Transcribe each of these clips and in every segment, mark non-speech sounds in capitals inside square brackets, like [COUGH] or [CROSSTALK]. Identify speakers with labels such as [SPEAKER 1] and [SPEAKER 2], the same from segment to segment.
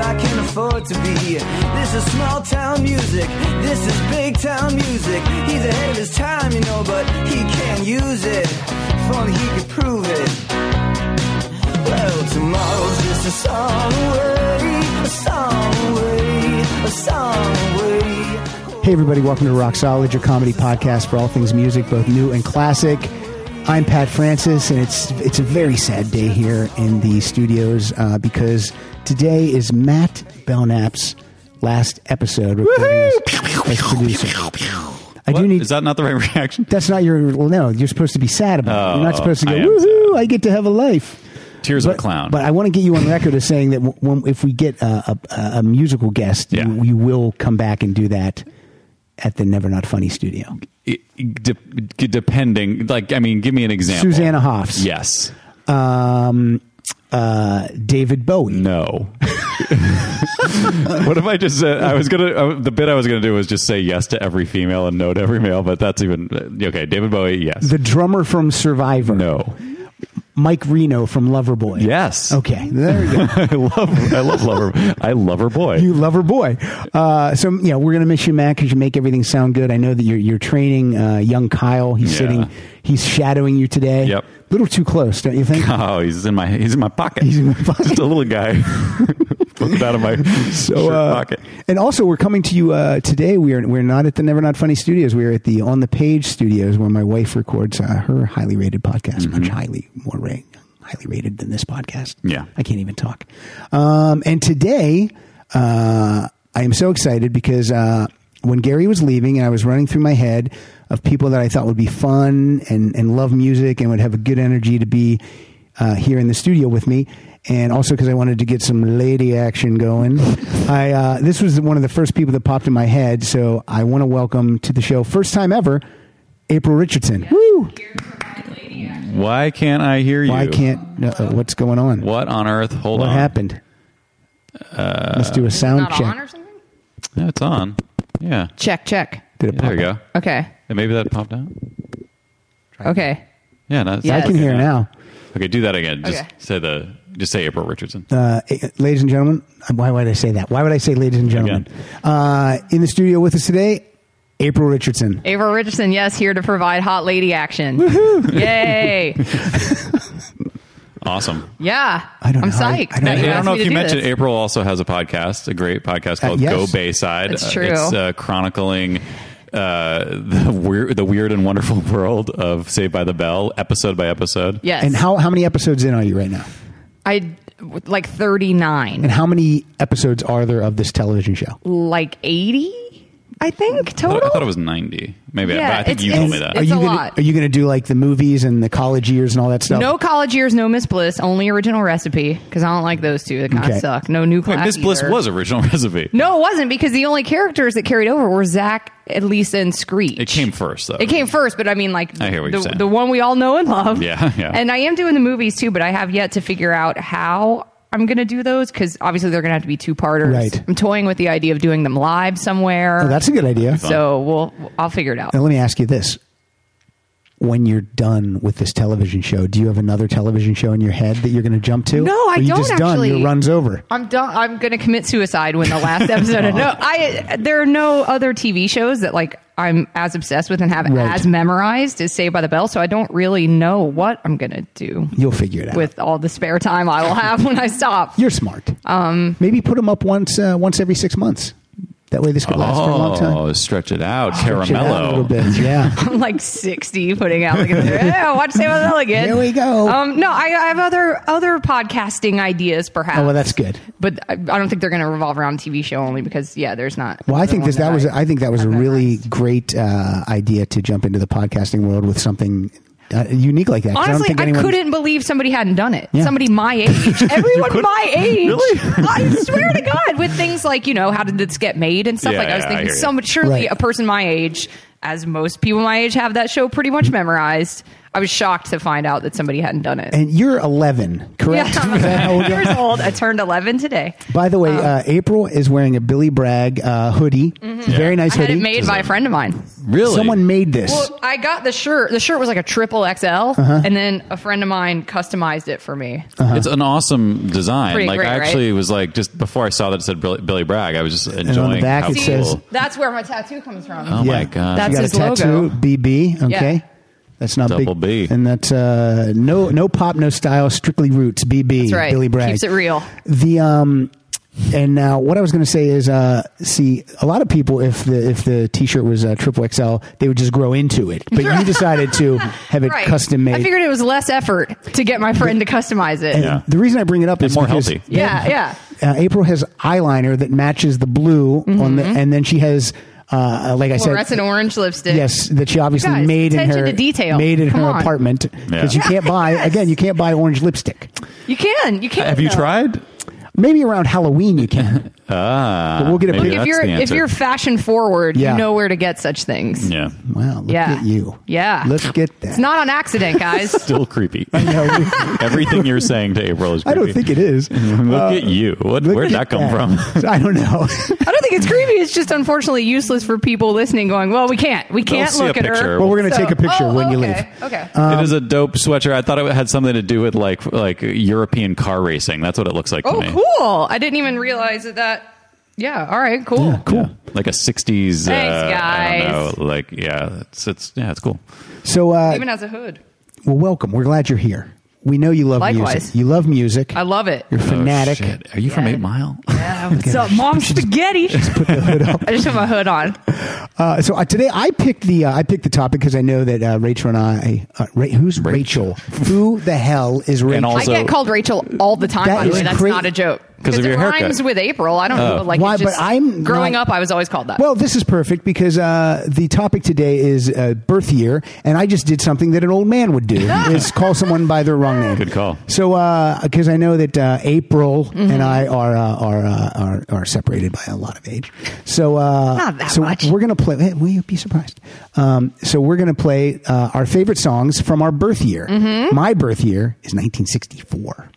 [SPEAKER 1] afford to be. This is small town music. This is big town music. He's ahead of his time, you know, but he can't use it. If only he could prove it. Well, tomorrow's just a song away, a song away, a song away.
[SPEAKER 2] Hey, everybody, welcome to Roxology, your comedy podcast for all things music, both new and classic. I'm Pat Francis, and it's it's a very sad day here in the studios uh, because today is Matt Belknap's last episode recording as, as producer. I do
[SPEAKER 3] What?
[SPEAKER 2] need
[SPEAKER 3] Is that not the right [LAUGHS] reaction?
[SPEAKER 2] that's not your well, no. You're supposed to be sad about. it. You're not
[SPEAKER 3] Oh,
[SPEAKER 2] supposed to go
[SPEAKER 3] I am
[SPEAKER 2] woohoo! I get to have a life.
[SPEAKER 3] Tears
[SPEAKER 2] but,
[SPEAKER 3] of a clown.
[SPEAKER 2] But I want to get you on record as saying that w- when, if we get a, a, a musical guest,
[SPEAKER 3] Yeah.
[SPEAKER 2] you, you will come back and do that at the Never Not Funny studio.
[SPEAKER 3] It- it de- g- depending, like, I mean, give me an example.
[SPEAKER 2] Susanna Hoffs.
[SPEAKER 3] Yes.
[SPEAKER 2] Um, uh, David Bowie.
[SPEAKER 3] No. [LAUGHS] what if I just said I was gonna? Uh, the bit I was gonna do was just say yes to every female and no to every male, but that's even uh, okay. David Bowie, yes.
[SPEAKER 2] The drummer from Survivor.
[SPEAKER 3] no. [LAUGHS]
[SPEAKER 2] Mike Reno from Loverboy.
[SPEAKER 3] Yes.
[SPEAKER 2] Okay. There we
[SPEAKER 3] [LAUGHS]
[SPEAKER 2] go.
[SPEAKER 3] I love. I love lover. I love her boy.
[SPEAKER 2] you Loverboy. Uh, so, yeah, we're going to miss you, Matt, because you make everything sound good. I know that you're, you're training uh, young Kyle. He's
[SPEAKER 3] Yeah.
[SPEAKER 2] sitting, he's shadowing you today.
[SPEAKER 3] Yep.
[SPEAKER 2] A little too close, don't you think?
[SPEAKER 3] oh, he's in my. He's in my pocket.
[SPEAKER 2] He's in my pocket.
[SPEAKER 3] Just a little guy. [LAUGHS] Put it out of my shirt
[SPEAKER 2] uh,
[SPEAKER 3] pocket.
[SPEAKER 2] And also, we're coming to you uh, today. We are we're not at the Never Not Funny Studios. We are at the On the Page Studios, where my wife records uh, her highly rated podcast, much highly more ra- highly rated than this podcast.
[SPEAKER 3] Yeah.
[SPEAKER 2] I can't even talk. Um, and today, uh, I am so excited because uh, when Gary was leaving, and I was running through my head of people that I thought would be fun and and love music and would have a good energy to be. Uh, here in the studio with me, and also because I wanted to get some lady action going. I uh, this was one of the first people that popped in my head, so I want to welcome to the show, first time ever, April Richardson. Woo!
[SPEAKER 3] Why can't I hear you?
[SPEAKER 2] Why can't? Uh, what's going on?
[SPEAKER 3] What on earth? Hold
[SPEAKER 2] What
[SPEAKER 3] on.
[SPEAKER 2] happened?
[SPEAKER 3] uh,
[SPEAKER 2] Let's do a sound
[SPEAKER 4] not
[SPEAKER 2] check.
[SPEAKER 4] on or something?
[SPEAKER 3] Yeah, it's on. Yeah.
[SPEAKER 4] Check, check.
[SPEAKER 2] Did it
[SPEAKER 3] Yeah, there we
[SPEAKER 2] pop up?
[SPEAKER 3] go.
[SPEAKER 4] [LAUGHS] Okay.
[SPEAKER 3] And maybe that popped out.
[SPEAKER 4] Okay.
[SPEAKER 3] Yeah, that's
[SPEAKER 4] Yes.
[SPEAKER 2] I can hear now.
[SPEAKER 3] Okay, do that again. Just
[SPEAKER 4] Okay.
[SPEAKER 3] say the just say April Richardson.
[SPEAKER 2] Uh, eh, ladies and gentlemen, why would I say that? Why would I say ladies and gentlemen?
[SPEAKER 3] Again.
[SPEAKER 2] Uh, in the studio with us today, April Richardson.
[SPEAKER 4] April Richardson, yes, here to provide hot lady action.
[SPEAKER 3] [LAUGHS]
[SPEAKER 4] Woohoo! Yay!
[SPEAKER 3] awesome.
[SPEAKER 4] Yeah.
[SPEAKER 2] I don't
[SPEAKER 4] I'm
[SPEAKER 2] know how I-
[SPEAKER 4] psyched.
[SPEAKER 2] I don't know.
[SPEAKER 3] I
[SPEAKER 4] You
[SPEAKER 2] Yeah,
[SPEAKER 3] don't
[SPEAKER 4] asked
[SPEAKER 3] know
[SPEAKER 4] me
[SPEAKER 3] if
[SPEAKER 4] to
[SPEAKER 3] you
[SPEAKER 4] do
[SPEAKER 3] mentioned
[SPEAKER 4] this.
[SPEAKER 3] April also has a podcast, a great podcast called
[SPEAKER 2] yes.
[SPEAKER 3] Go Bayside.
[SPEAKER 4] That's
[SPEAKER 3] Uh,
[SPEAKER 4] true.
[SPEAKER 3] It's uh, chronicling uh, [LAUGHS] the weird, the weird and wonderful [LAUGHS] world of Saved by the Bell, episode by episode.
[SPEAKER 4] Yes.
[SPEAKER 2] And how, how many episodes in are you right now?
[SPEAKER 4] I like
[SPEAKER 3] [LAUGHS]
[SPEAKER 4] 39,
[SPEAKER 2] And how many episodes are there of this television show?
[SPEAKER 4] like 80, I think
[SPEAKER 3] I
[SPEAKER 4] total.
[SPEAKER 3] thought, I thought it was ninety. Maybe,
[SPEAKER 4] Yeah,
[SPEAKER 3] but I think
[SPEAKER 4] it's-
[SPEAKER 3] you
[SPEAKER 4] it's-
[SPEAKER 3] told me that.
[SPEAKER 2] are you
[SPEAKER 4] a
[SPEAKER 2] gonna,
[SPEAKER 4] lot.
[SPEAKER 2] Are you going to do like the movies and the college years and all that stuff?
[SPEAKER 4] no college years, no Miss Bliss, only original recipe because I don't like those two. They kind of
[SPEAKER 2] Okay.
[SPEAKER 4] suck. No new class.
[SPEAKER 3] Wait, Miss Bliss
[SPEAKER 4] either.
[SPEAKER 3] was original [LAUGHS] recipe.
[SPEAKER 4] No, it wasn't because the only characters that carried over were Zach, Elisa, and Screech.
[SPEAKER 3] It came first, though.
[SPEAKER 4] It came first, but I mean, like
[SPEAKER 3] I hear what
[SPEAKER 4] the,
[SPEAKER 3] you're saying.
[SPEAKER 4] the one we all know and love.
[SPEAKER 3] Yeah, yeah.
[SPEAKER 4] And I am doing the movies too, but I have yet to figure out how I'm going to do those because obviously they're going to have to be two parters.
[SPEAKER 2] Right.
[SPEAKER 4] I'm toying with the idea of doing them live somewhere.
[SPEAKER 2] Oh, that's a good idea.
[SPEAKER 4] so we'll I'll figure it out.
[SPEAKER 2] Now, let me ask you this. When you're done with this television show, do you have another television show in your head that you're going to jump to?
[SPEAKER 4] No,
[SPEAKER 2] Or
[SPEAKER 4] I
[SPEAKER 2] you
[SPEAKER 4] don't
[SPEAKER 2] just done.
[SPEAKER 4] actually.
[SPEAKER 2] Your run's over.
[SPEAKER 4] I'm done. I'm going to commit suicide when
[SPEAKER 2] [LAUGHS]
[SPEAKER 4] the last episode.
[SPEAKER 2] Oh.
[SPEAKER 4] of, no, I. There are no other TV shows that like I'm as obsessed with and have
[SPEAKER 2] Right.
[SPEAKER 4] as memorized as Saved by the Bell. So I don't really know what I'm going to do
[SPEAKER 2] You'll figure it out.
[SPEAKER 4] with all the spare time I will have when I stop.
[SPEAKER 2] you're smart. Um, Maybe put them up once uh, once every six months. That way, this could last for a long time.
[SPEAKER 3] Oh, stretch it out,
[SPEAKER 2] Stretch it out a little
[SPEAKER 3] caramello.
[SPEAKER 2] bit. Yeah.
[SPEAKER 4] I'm [LAUGHS] like 60 putting out like [LAUGHS] yeah, watch Sam Bell again.
[SPEAKER 2] Here we go.
[SPEAKER 4] Um, no, I, I have other other podcasting ideas perhaps.
[SPEAKER 2] oh well, that's good.
[SPEAKER 4] But I, I don't think they're going to revolve around TV show only because yeah, there's not.
[SPEAKER 2] Well, I
[SPEAKER 4] another
[SPEAKER 2] think
[SPEAKER 4] one
[SPEAKER 2] this, that was I think that was a
[SPEAKER 4] I've
[SPEAKER 2] really
[SPEAKER 4] memorized.
[SPEAKER 2] great uh, idea to jump into the podcasting world with something uh, unique like that. 'cause
[SPEAKER 4] Honestly,
[SPEAKER 2] think
[SPEAKER 4] I,
[SPEAKER 2] anyone-
[SPEAKER 4] couldn't believe somebody hadn't done it.
[SPEAKER 2] Yeah. [LAUGHS]
[SPEAKER 4] Somebody my age, everyone my age. I swear to God, with things like you know, how did this get made and stuff
[SPEAKER 3] Yeah,
[SPEAKER 4] like. I was
[SPEAKER 3] yeah, I
[SPEAKER 4] thinking,
[SPEAKER 3] hear you.
[SPEAKER 4] so much surely
[SPEAKER 2] Right.
[SPEAKER 4] a person my age, as most people my age have that show pretty much memorized. I was shocked to find out that somebody hadn't done it.
[SPEAKER 2] And you're 11, correct? [LAUGHS]
[SPEAKER 4] Yeah.
[SPEAKER 2] Is that how
[SPEAKER 4] [LAUGHS]
[SPEAKER 2] old you are?
[SPEAKER 4] years old. I turned 11 today.
[SPEAKER 2] By
[SPEAKER 4] Oh.
[SPEAKER 2] the way, uh, April is wearing a Billy Bragg uh, hoodie. Very nice
[SPEAKER 4] Mm-hmm. I had
[SPEAKER 2] hoodie.
[SPEAKER 4] it made by a friend of mine.
[SPEAKER 3] [LAUGHS] Really?
[SPEAKER 2] Someone made this.
[SPEAKER 4] Well, I got the shirt. The shirt was like a triple XL,
[SPEAKER 2] Uh-huh.
[SPEAKER 4] and then a friend of mine customized it for me.
[SPEAKER 3] It's an awesome design.
[SPEAKER 4] Pretty
[SPEAKER 3] like
[SPEAKER 4] great,
[SPEAKER 3] I actually was like just before I saw that it said Billy, Billy Bragg, I was just enjoying
[SPEAKER 2] back
[SPEAKER 3] how
[SPEAKER 2] it
[SPEAKER 3] cool.
[SPEAKER 2] says-
[SPEAKER 4] That's where my tattoo comes from.
[SPEAKER 3] oh
[SPEAKER 2] Yeah.
[SPEAKER 3] my god!
[SPEAKER 4] That's
[SPEAKER 2] you got
[SPEAKER 4] his
[SPEAKER 2] a tattoo,
[SPEAKER 4] logo.
[SPEAKER 2] BB. Okay,
[SPEAKER 4] Yeah.
[SPEAKER 2] that's not
[SPEAKER 3] Double B.
[SPEAKER 2] big, and that's uh, no no pop, no style, strictly roots. BB.
[SPEAKER 4] That's right.
[SPEAKER 2] Billy Bragg
[SPEAKER 4] Keeps it real.
[SPEAKER 2] The um, and now what I was going to say is, uh, see, a lot of people if the if the T-shirt was uh, triple XL, they would just grow into it. But
[SPEAKER 4] [LAUGHS]
[SPEAKER 2] you decided to have it
[SPEAKER 4] Right.
[SPEAKER 2] custom made.
[SPEAKER 4] I figured it was less effort to get my friend to customize it.
[SPEAKER 2] And
[SPEAKER 3] Yeah.
[SPEAKER 2] The reason I bring it up
[SPEAKER 3] And
[SPEAKER 2] is
[SPEAKER 3] more
[SPEAKER 2] because
[SPEAKER 3] healthy.
[SPEAKER 2] they-
[SPEAKER 4] Yeah, yeah.
[SPEAKER 2] Uh, April has eyeliner that matches the blue on the, and then she has uh, like I
[SPEAKER 4] Mm-hmm.
[SPEAKER 2] said,
[SPEAKER 4] Fluorescent orange lipstick.
[SPEAKER 2] Yes, that she obviously
[SPEAKER 4] Guys,
[SPEAKER 2] made in
[SPEAKER 4] attention
[SPEAKER 2] her
[SPEAKER 4] to detail.
[SPEAKER 2] made in
[SPEAKER 4] Come
[SPEAKER 2] her
[SPEAKER 4] on.
[SPEAKER 2] apartment
[SPEAKER 3] Yeah.
[SPEAKER 2] because you can't buy again. You can't buy orange lipstick.
[SPEAKER 4] You can. You can.
[SPEAKER 3] Have you
[SPEAKER 4] though.
[SPEAKER 3] tried?
[SPEAKER 2] Maybe around Halloween you can.
[SPEAKER 3] [LAUGHS] Ah,
[SPEAKER 2] But we'll get a
[SPEAKER 3] maybe
[SPEAKER 2] picture.
[SPEAKER 4] If
[SPEAKER 3] that's
[SPEAKER 4] you're
[SPEAKER 3] the
[SPEAKER 4] if
[SPEAKER 3] answer.
[SPEAKER 4] you're fashion forward,
[SPEAKER 2] Yeah.
[SPEAKER 4] you know where to get such things.
[SPEAKER 3] yeah,
[SPEAKER 2] Wow, look
[SPEAKER 4] Yeah.
[SPEAKER 2] at you.
[SPEAKER 4] Yeah.
[SPEAKER 2] look at that.
[SPEAKER 4] It's not on
[SPEAKER 3] [LAUGHS]
[SPEAKER 4] accident, guys.
[SPEAKER 3] still creepy.
[SPEAKER 2] [LAUGHS] No, we-
[SPEAKER 3] Everything you're saying to April is.
[SPEAKER 2] I
[SPEAKER 3] Creepy.
[SPEAKER 2] don't
[SPEAKER 3] [LAUGHS]
[SPEAKER 2] think it is.
[SPEAKER 3] Look at you. What,
[SPEAKER 2] Look
[SPEAKER 3] where'd
[SPEAKER 2] at
[SPEAKER 3] that come from?
[SPEAKER 2] [LAUGHS]
[SPEAKER 3] [LAUGHS]
[SPEAKER 2] I don't know.
[SPEAKER 4] I don't think it's creepy. It's just unfortunately useless for people listening. Going, well, we can't. We can't
[SPEAKER 3] see a
[SPEAKER 4] look at
[SPEAKER 3] picture.
[SPEAKER 4] her.
[SPEAKER 2] well, we're gonna
[SPEAKER 4] So-
[SPEAKER 2] take a picture
[SPEAKER 4] oh,
[SPEAKER 2] when you
[SPEAKER 4] okay,
[SPEAKER 2] leave. Uh,
[SPEAKER 4] Okay.
[SPEAKER 2] Um,
[SPEAKER 3] it is a dope sweatshirt. I thought it had something to do with like like European car racing. That's what it looks like to
[SPEAKER 4] oh,
[SPEAKER 3] me.
[SPEAKER 4] cool. I didn't even realize that. that yeah. All right. Cool.
[SPEAKER 3] Cool. Like a '60s. uh,
[SPEAKER 4] Thanks,
[SPEAKER 3] I don't
[SPEAKER 4] guys.
[SPEAKER 3] know, like yeah, it's it's yeah, it's cool.
[SPEAKER 2] So, uh,
[SPEAKER 4] Even as a hood.
[SPEAKER 2] well, welcome. We're glad you're here. We know you love music.
[SPEAKER 4] Likewise.
[SPEAKER 2] You love music.
[SPEAKER 4] I love it.
[SPEAKER 2] you're fanatic.
[SPEAKER 3] Oh, shit. Are you from
[SPEAKER 4] Yeah.
[SPEAKER 3] Eight Mile?
[SPEAKER 4] [LAUGHS] Yeah,
[SPEAKER 2] [LAUGHS]
[SPEAKER 4] what's up, mom? Spaghetti.
[SPEAKER 2] Put the hood up.
[SPEAKER 4] [LAUGHS] I just put my hood on.
[SPEAKER 2] Uh, so uh, today I picked the uh, I picked the topic because I know that uh, Rachel and I uh, Ra- who's Rachel? Who the hell is Rachel?
[SPEAKER 3] all-
[SPEAKER 4] I
[SPEAKER 3] Also-
[SPEAKER 4] get called Rachel all the time.
[SPEAKER 2] That
[SPEAKER 4] by the
[SPEAKER 2] is
[SPEAKER 4] way, that's
[SPEAKER 2] cra-
[SPEAKER 4] not a joke
[SPEAKER 3] 'Cause of
[SPEAKER 4] it
[SPEAKER 3] your haircut. Oh.
[SPEAKER 4] rhymes with April. I don't know. Like,
[SPEAKER 2] Why,
[SPEAKER 4] it's
[SPEAKER 2] but
[SPEAKER 4] just,
[SPEAKER 2] I'm
[SPEAKER 4] growing
[SPEAKER 2] not-
[SPEAKER 4] up. I was always called that.
[SPEAKER 2] well, this is perfect because uh, the topic today is uh, birth year, and I just did something that an old man would do:
[SPEAKER 4] [LAUGHS]
[SPEAKER 2] is call someone by their wrong name.
[SPEAKER 3] Good call.
[SPEAKER 2] So, because I know that uh, April
[SPEAKER 4] Mm-hmm.
[SPEAKER 2] and I are uh, are, uh, are are separated by a lot of age, so uh,
[SPEAKER 4] Not that
[SPEAKER 2] so
[SPEAKER 4] much.
[SPEAKER 2] we're gonna play. Hey, will you be surprised? Um, so we're gonna play uh, our favorite songs from our birth year.
[SPEAKER 4] Mm-hmm.
[SPEAKER 2] My birth year is 1964.